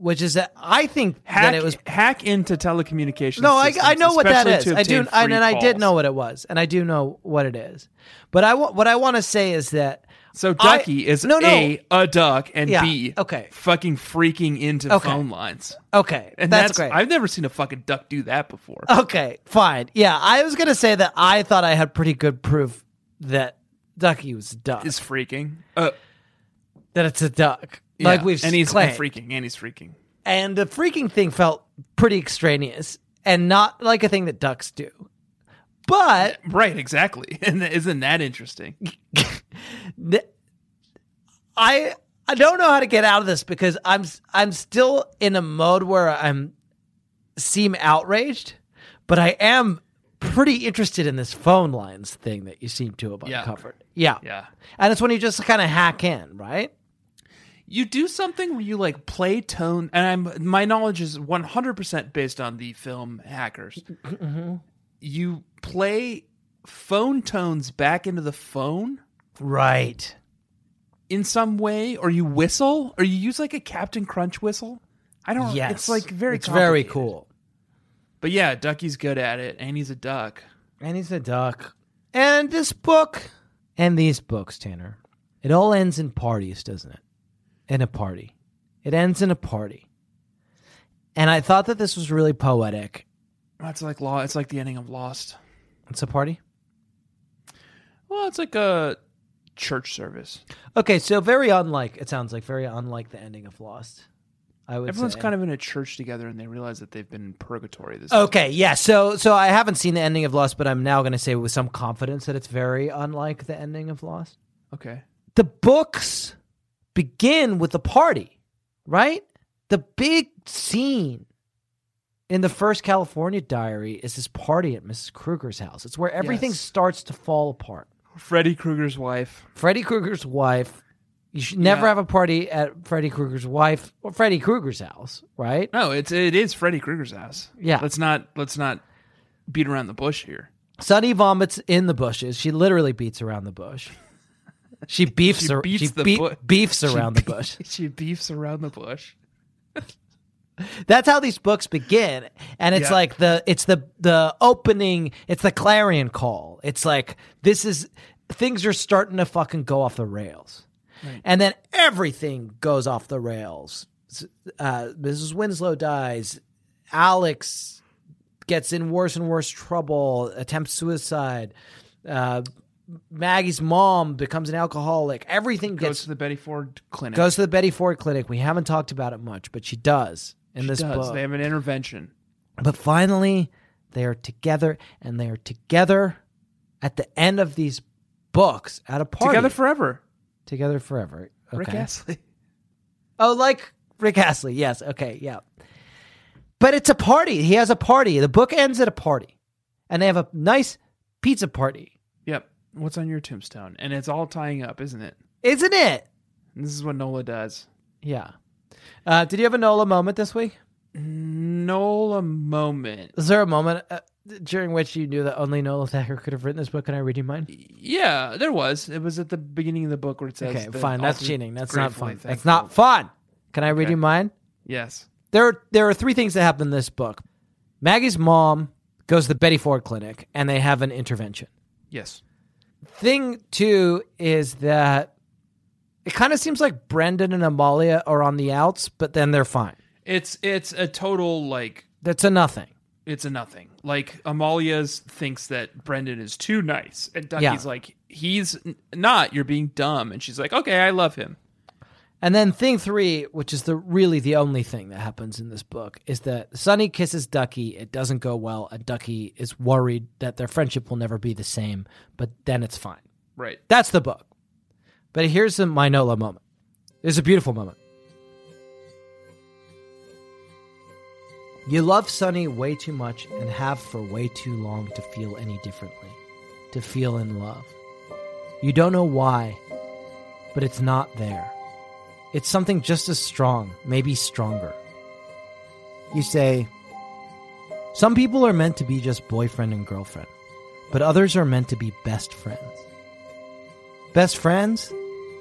G: which is that I think
F: Hack,
G: that it was
F: hack into telecommunications.
G: no, I, I
F: systems,
G: know what that
F: especially
G: is.
F: to
G: I do,
F: obtain
G: I, and
F: free
G: I did
F: calls.
G: know what it was, and I do know what it is. But I wa- what I want to say is that
F: So
G: I-
F: Ducky is
G: no, no.
F: a a duck and
G: Yeah,
F: b
G: okay.
F: fucking freaking into
G: Okay.
F: phone lines.
G: okay,
F: And
G: that's, great. Uh,
F: I've never seen a fucking duck do that before.
G: okay, fine. Yeah, I was gonna say that I thought I had pretty good proof that Ducky was a duck.
F: is freaking. Uh,
G: that it's a duck. Like
F: yeah.
G: we've
F: and he's
G: claimed.
F: and freaking and he's freaking.
G: and the freaking thing felt pretty extraneous and not like a thing that ducks do. But
F: Right, exactly. And th- isn't that interesting?
G: th- I I don't know how to get out of this because I'm s- I'm still in a mode where I'm seem outraged, but I am pretty interested in this phone lines thing that you seem to have
F: Yeah.
G: uncovered. Yeah.
F: Yeah.
G: And it's when you just kind of hack in, right?
F: You do something where you like play tone and I'm my knowledge is 100% based on the film Hackers.
G: Mm-hmm.
F: You play phone tones back into the phone
G: Right.
F: in some way or you whistle or you use like a Captain Crunch whistle. I don't
G: Yes.
F: it's like very
G: It's very
F: complicated.
G: cool.
F: But yeah, Ducky's good at it and he's a duck.
G: And he's a duck. And this book. And these books, Tanner. It all ends in parties, doesn't it? In a party. It ends in a party. And I thought that this was really poetic.
F: That's like law it's like the ending of Lost.
G: It's a party?
F: Well, it's like a church service.
G: Okay, so very unlike, it sounds like, very unlike the ending of Lost. I would
F: Everyone's
G: say.
F: kind of in a church together and they realize that they've been in purgatory this
G: Okay, yeah. So so I haven't seen the ending of Lost, but I'm now going to say with some confidence that it's very unlike the ending of Lost.
F: Okay.
G: the books begin with the party, right? The big scene in the first California diary is this party at Mrs. Krueger's house. It's where everything
F: Yes.
G: starts to fall apart.
F: Freddy Krueger's wife.
G: Freddy Krueger's wife, you should never
F: Yeah.
G: have a party at Freddy Krueger's wife or Freddy Krueger's house, right?
F: No, Oh, it's it is Freddy Krueger's house.
G: Yeah.
F: Let's not let's not beat around the bush here.
G: Sunny vomits in the bushes. She literally beats around the bush. She beefs,
F: She
G: ar-
F: beats
G: she
F: the
G: be-
F: bu-
G: beefs
F: She
G: around
F: be-
G: the bush.
F: She beefs around the bush.
G: That's how these books begin, and it's
F: Yeah.
G: like the it's the the opening, it's the clarion call. It's like this is things are starting to fucking go off the rails, and then everything goes off the rails. S- Uh, Mrs. Winslow dies. Alex gets in worse and worse trouble. Attempts suicide. Uh, Maggie's mom becomes an alcoholic. Everything
F: Goes
G: gets
F: to the Betty Ford clinic.
G: goes to the Betty Ford clinic. We haven't talked about it much, but she does in
F: She
G: this
F: does.
G: book.
F: They have an intervention.
G: But finally, they are together, and they are together at the end of these books at a party.
F: Together forever.
G: Together forever. Okay.
F: Rick Astley.
G: Oh, like Rick Astley. Yes. Okay. Yeah. But it's a party. He has a party. The book ends at a party, and they have a nice pizza party,
F: Yep. What's on your tombstone? And it's all tying up, isn't it?
G: isn't it?
F: And this is what Nola does.
G: Yeah. Uh, did you have a Nola moment this week?
F: Nola moment.
G: Is there a moment uh, during which you knew that only Nola Thacker could have written this book? Can I read you mine?
F: Yeah, there was. It was at the beginning of the book where it says.
G: Okay,
F: that
G: fine.
F: all
G: That's
F: three
G: cheating. That's not
F: gratefully
G: fun. That's
F: thankful.
G: not fun. Can I read
F: Okay.
G: you mine?
F: Yes.
G: There are, there are three things that happen in this book. Maggie's mom goes to the Betty Ford clinic and they have an intervention.
F: Yes.
G: Thing two is that it kind of seems like Brendan and Amalia are on the outs, but then they're fine.
F: It's it's a total like
G: That's a nothing.
F: it's a nothing. Like Amalia's thinks that Brendan is too nice, and Ducky's
G: Yeah.
F: like he's n- not. You're being dumb, and she's like, okay, I love him.
G: And then thing three, which is the really the only thing that happens in this book, is that Sonny kisses Ducky. It doesn't go well, and Ducky is worried that their friendship will never be the same. But then it's fine.
F: Right.
G: That's the book. But here's the Minola moment. It's a beautiful moment. You love Sunny way too much and have for way too long to feel any differently, to feel in love. You don't know why, but it's not there. It's something just as strong, maybe stronger. You say, Some people are meant to be just boyfriend and girlfriend, but others are meant to be best friends. Best friends?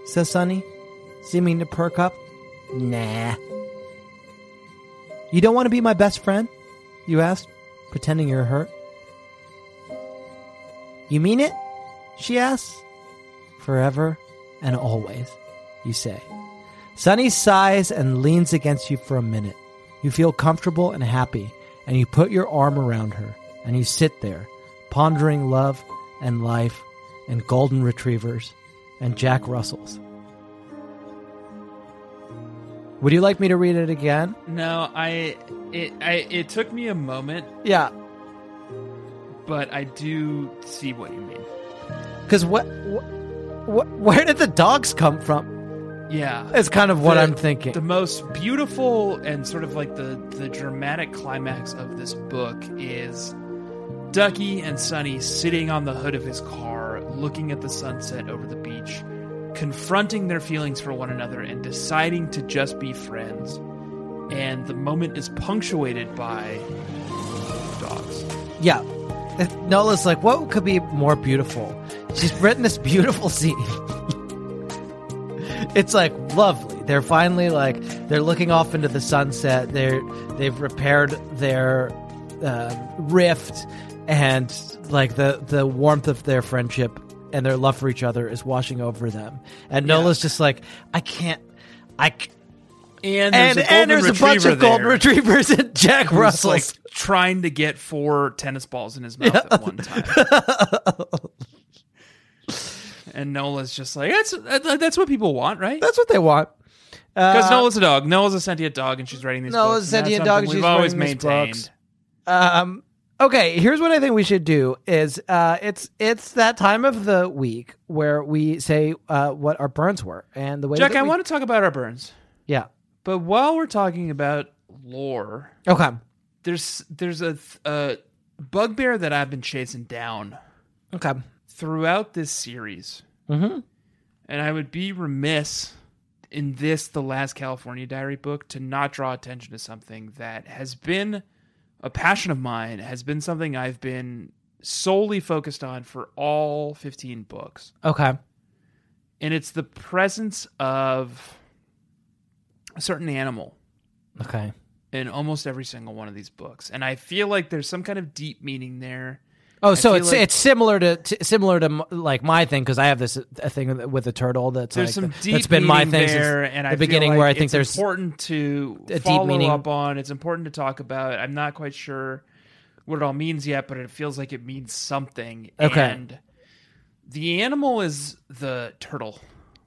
G: says Sonny, seeming to perk up. Nah. You don't want to be my best friend? You asked, pretending you're hurt. You mean it? She asks. Forever and always, you say. Sunny sighs and leans against you for a minute. You feel comfortable and happy, and you put your arm around her, and you sit there, pondering love and life and golden retrievers and Jack Russells. Would you like me to read it again?
F: No, I it I it took me a moment,
G: Yeah.
F: but I do see what you mean.
G: Because what, what, where did the dogs come from?
F: Yeah.
G: Is kind of what
F: The-
G: I'm thinking.
F: The most beautiful and sort of like the the dramatic climax of this book is Ducky and Sonny sitting on the hood of his car, looking at the sunset over the beach, confronting their feelings for one another and deciding to just be friends. And the moment is punctuated by dogs.
G: yeah. Nola's like, what could be more beautiful? She's written this beautiful scene. it's like lovely. They're finally like they're looking off into the sunset. They're they've repaired their uh, rift, and like the the warmth of their friendship and their love for each other is washing over them. And Nola's just like, I can't, I. c- and
F: And there's a, golden
G: and there's a bunch
F: retriever
G: of golden
F: there
G: retrievers and Jack
F: who's, like
G: Russells.
F: trying to get four tennis balls in his mouth at one time. and Nola's just like that's that- that's what people want, right?
G: That's what they want.
F: Because
G: Uh,
F: Nola's a dog. Nola's a sentient dog, and she's writing these.
G: Nola's
F: books,
G: a
F: and that's
G: sentient dog,
F: something
G: she's
F: We've always
G: writing these
F: maintained.
G: books. Um, okay, here's what I think we should do is uh, it's it's that time of the week where we say uh, what our burns were and the way.
F: Jack,
G: that
F: I
G: we-
F: want to talk about our burns,
G: Yeah.
F: but while we're talking about lore,
G: Okay.
F: there's there's a, th- a bugbear that I've been chasing down
G: Okay.
F: throughout this series.
G: Mhm.
F: And I would be remiss in this, the last California Diary book, to not draw attention to something that has been a passion of mine, has been something I've been solely focused on for all 15 books.
G: Okay.
F: And it's the presence of a certain animal
G: Okay.
F: in almost every single one of these books. And I feel like there's some kind of deep meaning there.
G: Oh, so
F: feel
G: it's
F: like-
G: it's similar to, to similar to m- like my thing because I have this uh thing with a turtle that's
F: there's
G: like
F: some
G: the-
F: deep
G: that's been my
F: meaning
G: thing
F: there,
G: since
F: and
G: the
F: I feel
G: beginning
F: like
G: where I think
F: it's
G: there's
F: important to
G: a deep
F: follow
G: meaning.
F: up on. It's important to talk about. I'm not quite sure what it all means yet, but it feels like it means something.
G: Okay.
F: And the animal is the turtle.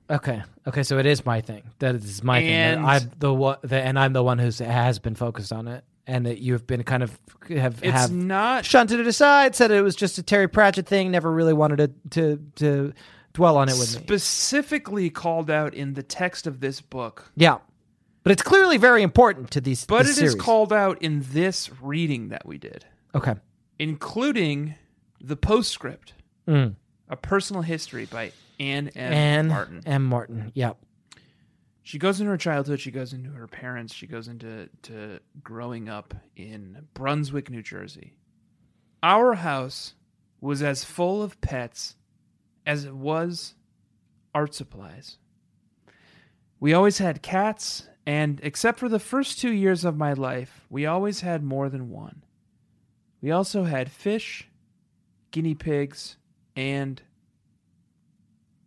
G: Okay. Okay. So it is my thing. That is my thing.
F: And-
G: that I'm the one, the, and I'm the one who's has been focused on it, and that you have been kind of have
F: It's
G: have
F: not
G: shunted it aside. Said it was just a Terry Pratchett thing. Never really wanted to to to dwell on it with me.
F: specifically called out in the text of this book,
G: Yeah, but it's clearly very important to these.
F: but it
G: this
F: is
G: series.
F: called out in this reading that we did,
G: Okay.
F: including the postscript,
G: Mm.
F: a personal history by Anne M.
G: And
F: Martin.
G: M. Martin. Yeah.
F: she goes into her childhood she goes into her parents she goes into to growing up in brunswick new jersey our house was as full of pets as it was art supplies we always had cats and except for the first two years of my life we always had more than one we also had fish guinea pigs and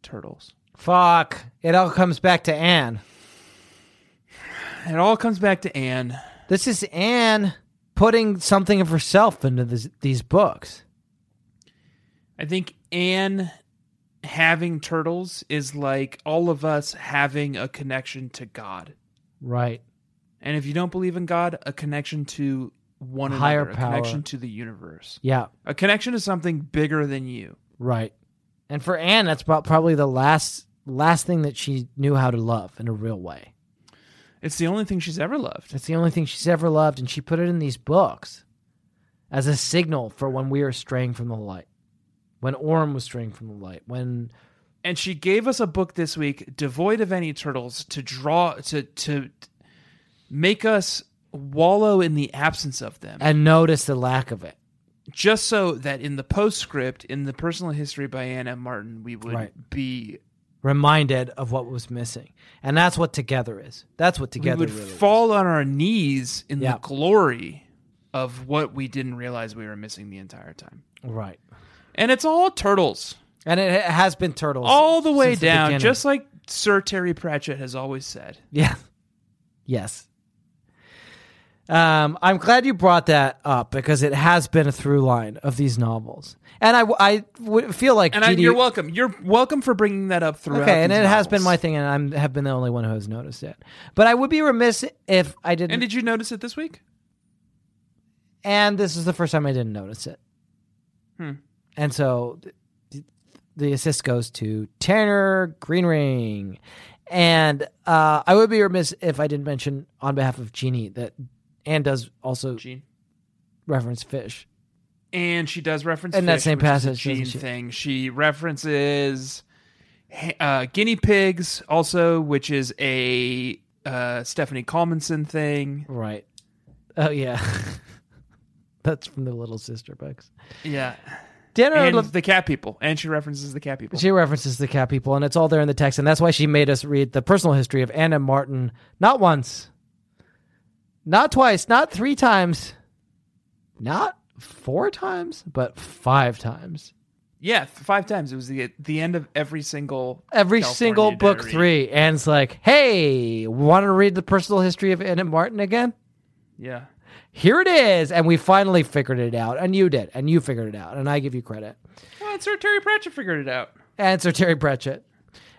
F: turtles
G: Fuck. It all comes back to Anne.
F: it all comes back to anne
G: This is Anne putting something of herself into this, these books.
F: I think Anne having turtles is like all of us having a connection to God.
G: Right.
F: And if you don't believe in God, a connection to one
G: Higher
F: another,
G: power.
F: a connection to the universe,
G: Yeah.
F: a connection to something bigger than you.
G: Right. And for Anne, that's about probably the last last thing that she knew how to love in a real way.
F: It's the only thing she's ever loved.
G: That's the only thing she's ever loved, and she put it in these books as a signal for when we are straying from the light. When Orm was straying from the light. When
F: And she gave us a book this week devoid of any turtles to draw to to make us wallow in the absence of them.
G: and notice the lack of it.
F: just so that in the postscript in the personal history by Anna Martin we would
G: Right.
F: be
G: reminded of what was missing. And that's what together is. That's what
F: we
G: together
F: would
G: really is.
F: fall on our knees in
G: Yeah.
F: the glory of what we didn't realize we were missing the entire time.
G: Right.
F: And it's all turtles,
G: And it it has been turtles
F: all the way
G: since
F: down,
G: beginning.
F: just like Sir Terry Pratchett has always said.
G: Yeah. Yes. Um, I'm glad you brought that up because it has been a through line of these novels, and I, w- I would feel like
F: And I,
G: GD
F: you're welcome. You're welcome for bringing that up throughout.
G: okay, and
F: these
G: it has been
F: novels.
G: my thing, and I'm have been the only one who has noticed it. But I would be remiss if I didn't.
F: And did you notice it this week?
G: and this is the first time I didn't notice it.
F: Hmm.
G: And so th- th- the assist goes to Tanner Greenring. And uh, I would be remiss if I didn't mention on behalf of Jeannie that Anne does also
F: Gene.
G: reference fish.
F: And she does reference
G: In that
F: fish,
G: same
F: which is a
G: passage,
F: Gene
G: doesn't she?
F: thing. She references ha- uh, guinea pigs also, which is a uh, Stephanie Colemanson thing.
G: Right. Oh, yeah. That's from the Little Sister books.
F: Yeah,
G: Tanner,
F: and
G: look-
F: the cat people, and she references the cat people.
G: she references the cat people, and it's all there in the text. And that's why she made us read the personal history of Anna Martin not once, not twice, not three times, not four times, but five times.
F: yeah, th- five times. It was the the end of every single
G: Every
F: California
G: single
F: Dairy.
G: book three. And it's like, hey, want to read the personal history of Anna Martin again?
F: Yeah,
G: Here it is. And we finally figured it out. And you did. And you figured it out. And I give you credit.
F: well, Sir Terry Pratchett figured it out.
G: And Sir Terry Pratchett.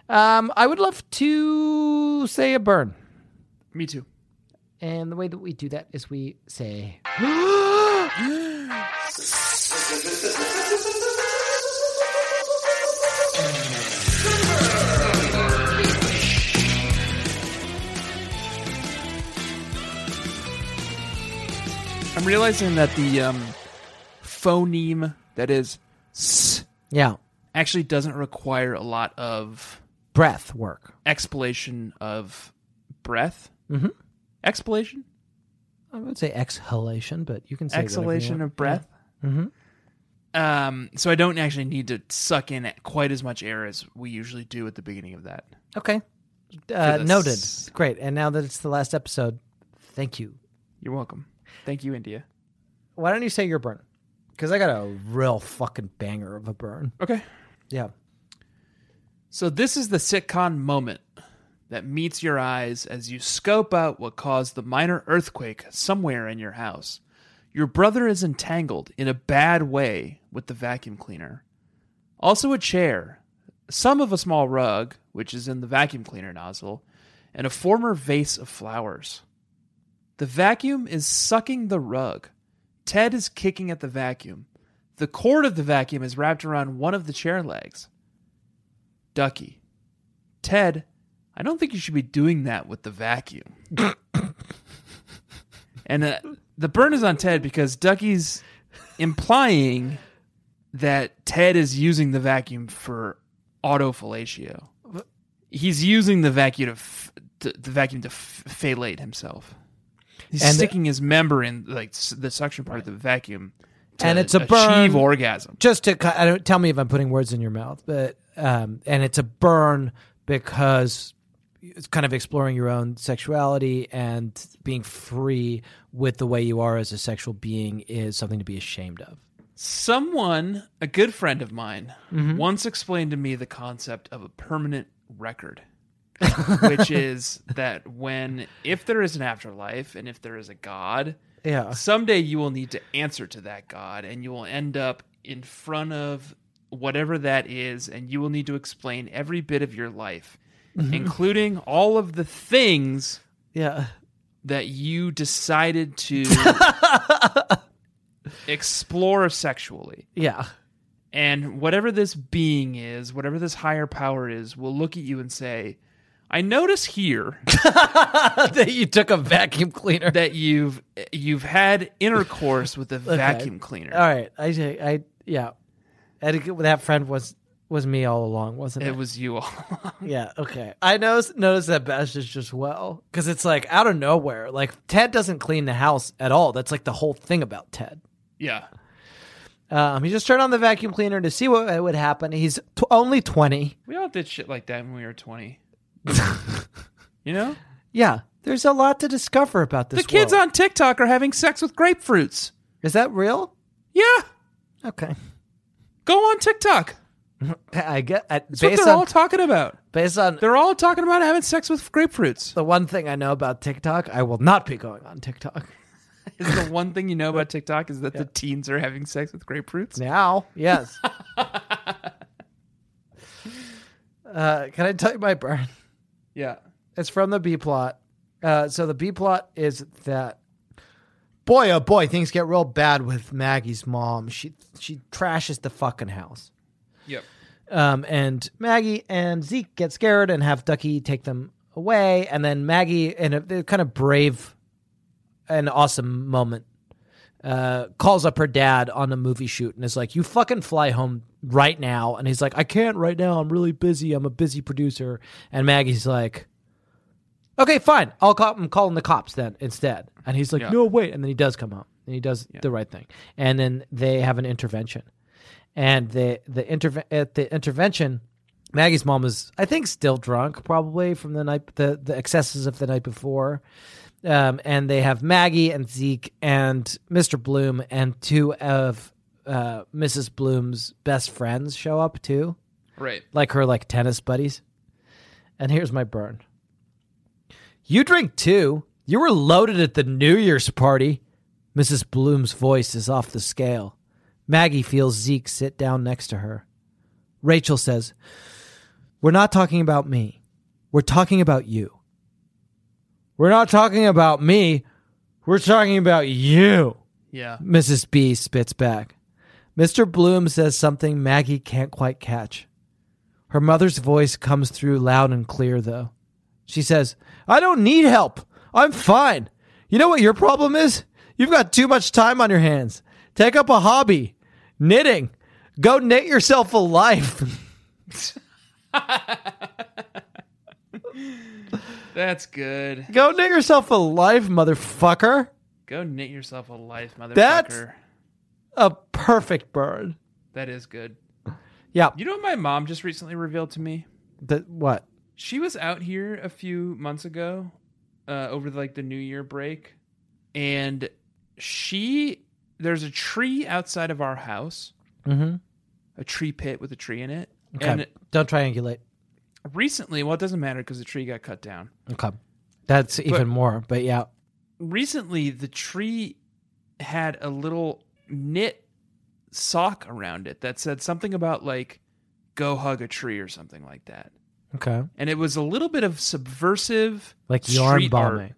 G: Um, I would love to say a burn.
F: Me too.
G: And the way that we do that is we say,
F: I'm realizing that the um, phoneme that is s
G: yeah,
F: actually doesn't require a lot of
G: breath work.
F: explanation of breath. Mm-hmm. Explanation?
G: I would say exhalation, but you can say whatever you
F: Exhalation
G: want.
F: of breath. Mm-hmm. Um, so I don't actually need to suck in quite as much air as we usually do at the beginning of that.
G: Okay. Uh,
F: the
G: noted.
F: s-
G: Great. And now that it's the last episode, thank you.
F: You're welcome. Thank you, India.
G: Why don't you say your burn? Because I got a real fucking banger of a burn.
F: Okay.
G: Yeah.
F: So this is the sitcom moment that meets your eyes as you scope out what caused the minor earthquake somewhere in your house. Your brother is entangled in a bad way with the vacuum cleaner. Also a chair, some of a small rug, which is in the vacuum cleaner nozzle, and a former vase of flowers. The vacuum is sucking the rug. Ted is kicking at the vacuum. The cord of the vacuum is wrapped around one of the chair legs. Ducky, Ted, I don't think you should be doing that with the vacuum. and uh, the burn is on Ted because Ducky's implying that Ted is using the vacuum for autofellatio. He's using the vacuum to, f- to the vacuum to f- fellate himself. He's
G: And-
F: sticking his member in like s- the suction part of the vacuum, to
G: And it's a
F: achieve
G: burn.
F: orgasm.
G: Just to, cut- I don't tell me if I'm putting words in your mouth, but, um, and it's a burn because it's kind of exploring your own sexuality and being free with the way you are as a sexual being is something to be ashamed of.
F: Someone, a good friend of mine, once explained to me the concept of a permanent record, which is that when, if there is an afterlife and if there is a God,
G: Yeah.
F: someday you will need to answer to that God and you will end up in front of whatever that is and you will need to explain every bit of your life, Mm-hmm. including all of the things
G: Yeah.
F: that you decided to explore sexually.
G: Yeah.
F: And whatever this being is, whatever this higher power is, will look at you and say, I notice here
G: that you took a vacuum cleaner.
F: that you've you've had intercourse with a vacuum cleaner.
G: All right. I, I, yeah. I think that friend was, was me all along, wasn't it?
F: It was you all.
G: yeah. Okay. I noticed, noticed that passage as well. Cause it's like out of nowhere. Like Ted doesn't clean the house at all. That's like the whole thing about Ted.
F: yeah.
G: Um, he just turned on the vacuum cleaner to see what would happen. He's t- only 20.
F: We all did shit like that when we were 20. you know?
G: Yeah, there's a lot to discover about this
F: the kids
G: world.
F: on TikTok are having sex with grapefruits.
G: Is that real?
F: Yeah.
G: Okay.
F: Go on TikTok.
G: I get I,
F: That's what
G: based
F: they're all
G: on
F: talking about.
G: based on
F: They're all talking about having sex with grapefruits.
G: the one thing I know about TikTok, I will not be going on TikTok
F: Is the one thing you know about TikTok is that the teens are having sex with grapefruits?
G: now. Yes. uh, can I tell you my burn?
F: Yeah.
G: It's from the B plot. Uh, so the B plot is that boy, oh boy, things get real bad with Maggie's mom. She she trashes the fucking house.
F: Yep.
G: Um, and Maggie and Zeke get scared and have Ducky take them away. And then Maggie, in a they're kind of brave and awesome moment, uh, calls up her dad on a movie shoot and is like, You fucking fly home right now. And he's like, I can't right now. I'm really busy. I'm a busy producer. And Maggie's like, Okay, fine. I'll call, I'm calling the cops then instead. And he's like,
F: Yeah.
G: No, wait. And then he does come home and he does the right thing. And then they have an intervention and the the interve- at the intervention maggie's mom is i think still drunk probably from the night the, the excesses of the night before um, and they have maggie and zeke and mr bloom and two of uh, mrs bloom's best friends show up too
F: Right.
G: like her like tennis buddies and here's my burn you drink too you were loaded at the new year's party mrs bloom's voice is off the scale maggie feels zeke sit down next to her rachel says we're not talking about me we're talking about you we're not talking about me we're talking about you
F: Yeah.
G: Mrs. B spits back. Mr. Bloom says something Maggie can't quite catch. Her mother's voice comes through loud and clear, though. She says, I don't need help. I'm fine. You know what your problem is? You've got too much time on your hands. Take up a hobby knitting. Go knit yourself a life.
F: That's good.
G: Go knit yourself a life, motherfucker.
F: Go knit yourself a life, motherfucker.
G: That's- A perfect bird.
F: That is good.
G: Yeah.
F: You know what my mom just recently revealed to me?
G: The, what?
F: She was out here a few months ago, uh, over the, like the New Year break, and she there's a tree outside of our house,
G: Mm-hmm.
F: a tree pit with a tree in it.
G: Okay.
F: And
G: don't triangulate.
F: recently, well, it doesn't matter because the tree got cut down.
G: Okay. That's even more, but yeah.
F: Recently, the tree had a little knit sock around it that said something about like "go hug a tree" or something like that.
G: Okay.
F: and it was a little bit of subversive
G: Like yarn
F: street art-
G: bombing.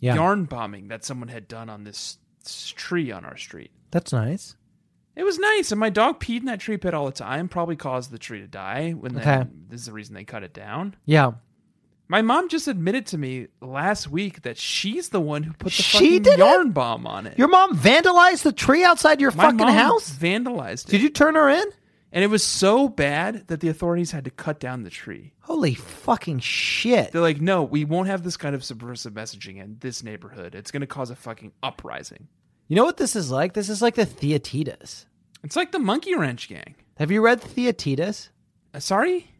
G: Yeah.
F: yarn bombing that someone had done on this, s tree on our street
G: That's nice.
F: it was nice and my dog peed in that tree pit all the time probably caused the tree to die when
G: Okay.
F: then, this is the reason they cut it down
G: Yeah.
F: my mom just admitted to me last week that she's the one who put the
G: She
F: fucking
G: did it?
F: yarn bomb on it
G: Your mom vandalized the tree outside your
F: my
G: fucking
F: mom
G: house?
F: vandalized it
G: Did you turn her in?
F: and it was so bad that the authorities had to cut down the tree
G: Holy fucking shit.
F: They're like, no, we won't have this kind of subversive messaging in this neighborhood. It's going to cause a fucking uprising.
G: You know what this is like? This is like the Theatitas.
F: It's like the Monkey Wrench Gang.
G: Have you read Theatitas?
F: Uh, sorry?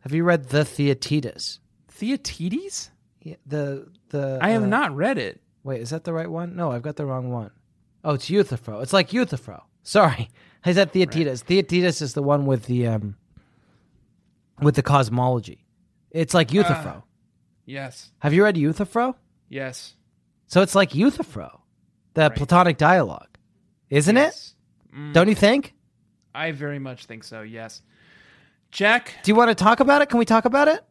G: Have you read the Theatitas?
F: Theatides?
G: Yeah, The the
F: I have
G: uh,
F: not read it.
G: Wait, is that the right one? No, I've got the wrong one. Oh, it's Euthyphro. It's like Euthyphro. Sorry, I said Theaetetus. Theaetetus is the one with the um, with the cosmology. It's
F: Uh,
G: like Euthyphro.
F: Yes.
G: Have you read Euthyphro?
F: Yes.
G: So it's like Euthyphro, the Platonic dialogue, isn't it?
F: Mm.
G: Don't you think?
F: I very much think so. Yes. Jack,
G: Do you want to talk about it? Can we talk about it?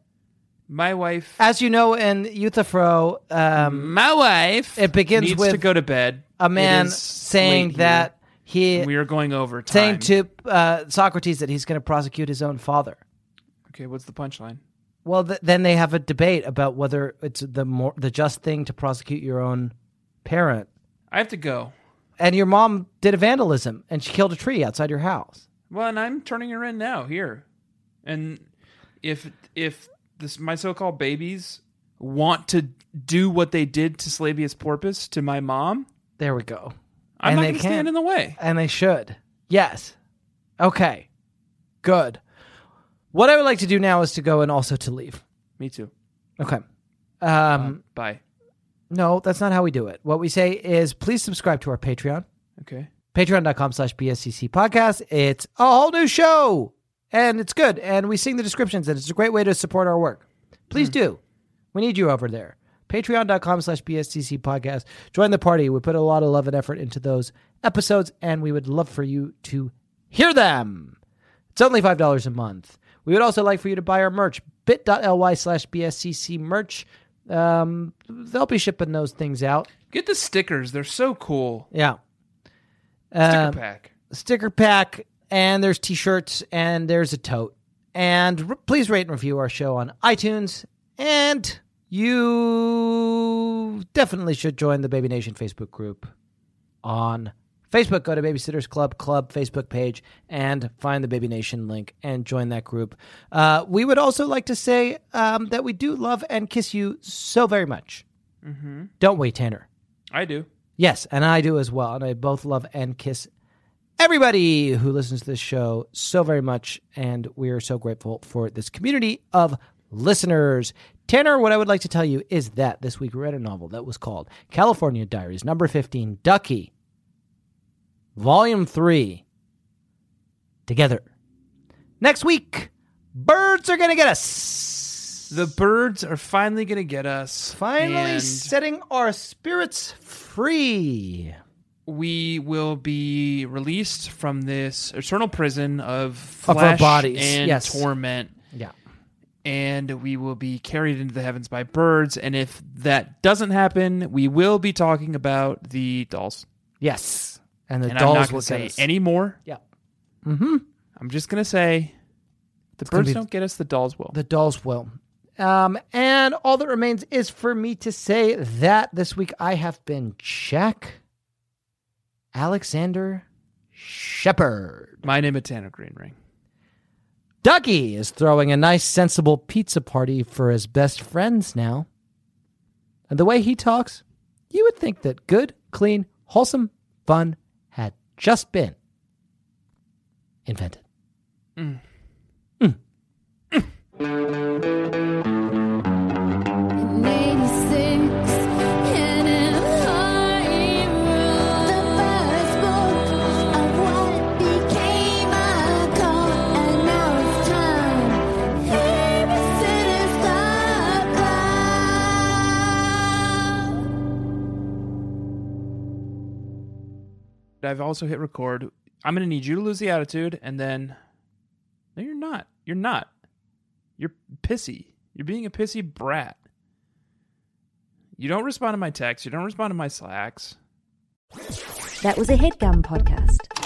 F: my wife.
G: As you know, in Euthyphro, um,
F: my wife.
G: It begins
F: needs
G: with
F: to go to bed.
G: a man
F: Mm-hmm. It is
G: saying
F: late
G: that
F: here.
G: he
F: we are going over time.
G: saying to uh, Socrates that he's going to prosecute his own father.
F: okay, what's the punchline?
G: Well, th- then they have a debate about whether it's the more the just thing to prosecute your own parent.
F: I have to go.
G: And your mom did a vandalism, and she killed a tree outside your house.
F: Well, and I'm turning her in now here, and if if this my so-called babies want to do what they did to Slavius Porpoise to my mom,
G: There we go.
F: I'm
G: And
F: not
G: they
F: going to stand
G: can.
F: in the way.
G: And they should. Yes. Okay. Good. What I would like to do now is to go and also to leave.
F: Me too.
G: Okay. Um,
F: Bye.
G: no, that's not how we do it. What we say is please subscribe to our Patreon.
F: Okay.
G: patreon.com slash bscc podcast it's a whole new show and it's good and we sing the descriptions and it's a great way to support our work please do we need you over there patreon.com slash bscc podcast join the party we put a lot of love and effort into those episodes and we would love for you to hear them it's only $5 a month. We would also like for you to buy our merch, bit.ly slash BSCC merch. Um, they'll be shipping those things out.
F: Get the stickers. They're so cool.
G: Yeah.
F: Sticker
G: Um,
F: pack.
G: sticker pack, and there's t shirts, and there's a tote. And r please rate and review our show on iTunes. And you definitely should join the Baby Nation Facebook group on Facebook. Go to Babysitters Club Club Facebook page and find the Baby Nation link and join that group. Uh, we would also like to say um, that we do love and kiss you so very much. Don't we, Tanner?
F: I do.
G: Yes, and I do as well. And I both love and kiss everybody who listens to this show so very much. And we are so grateful for this community of listeners. Tanner, what I would like to tell you is that this week we read a novel that was called California Diaries, number 15, Ducky, volume 3, together. Next week, birds are going to get us.
F: The birds are finally gonna get us.
G: Finally
F: and
G: setting our spirits free.
F: we will be released from this eternal prison of
G: Of our
F: flesh
G: bodies,
F: and
G: yes.
F: torment.
G: Yeah.
F: and we will be carried into the heavens by birds. And if that doesn't happen, we will be talking about the dolls.
G: Yes. And the
F: and I'm
G: dolls
F: not
G: will
F: going to say
G: get us.
F: any more.
G: Yeah.
F: I'm just going to say the
G: gonna
F: birds
G: be-
F: don't get us, the dolls will.
G: The dolls will. Um, and all that remains is for me to say that this week I have been Jack Alexander Shepard.
F: My name is Tanner Greenring.
G: Ducky is throwing a nice, sensible pizza party for his best friends now. And the way he talks, you would think that good, clean, wholesome fun had just been invented.
I: In 86, in an the first book of what became a cult, and now it's time. Babysitter's Club.
F: I've also hit record. I'm going to need you to lose the attitude, and then. No, you're not. You're not. You're pissy. You're being a pissy brat. You don't respond to my texts. You don't respond to my slacks.
A: That was a headgum podcast.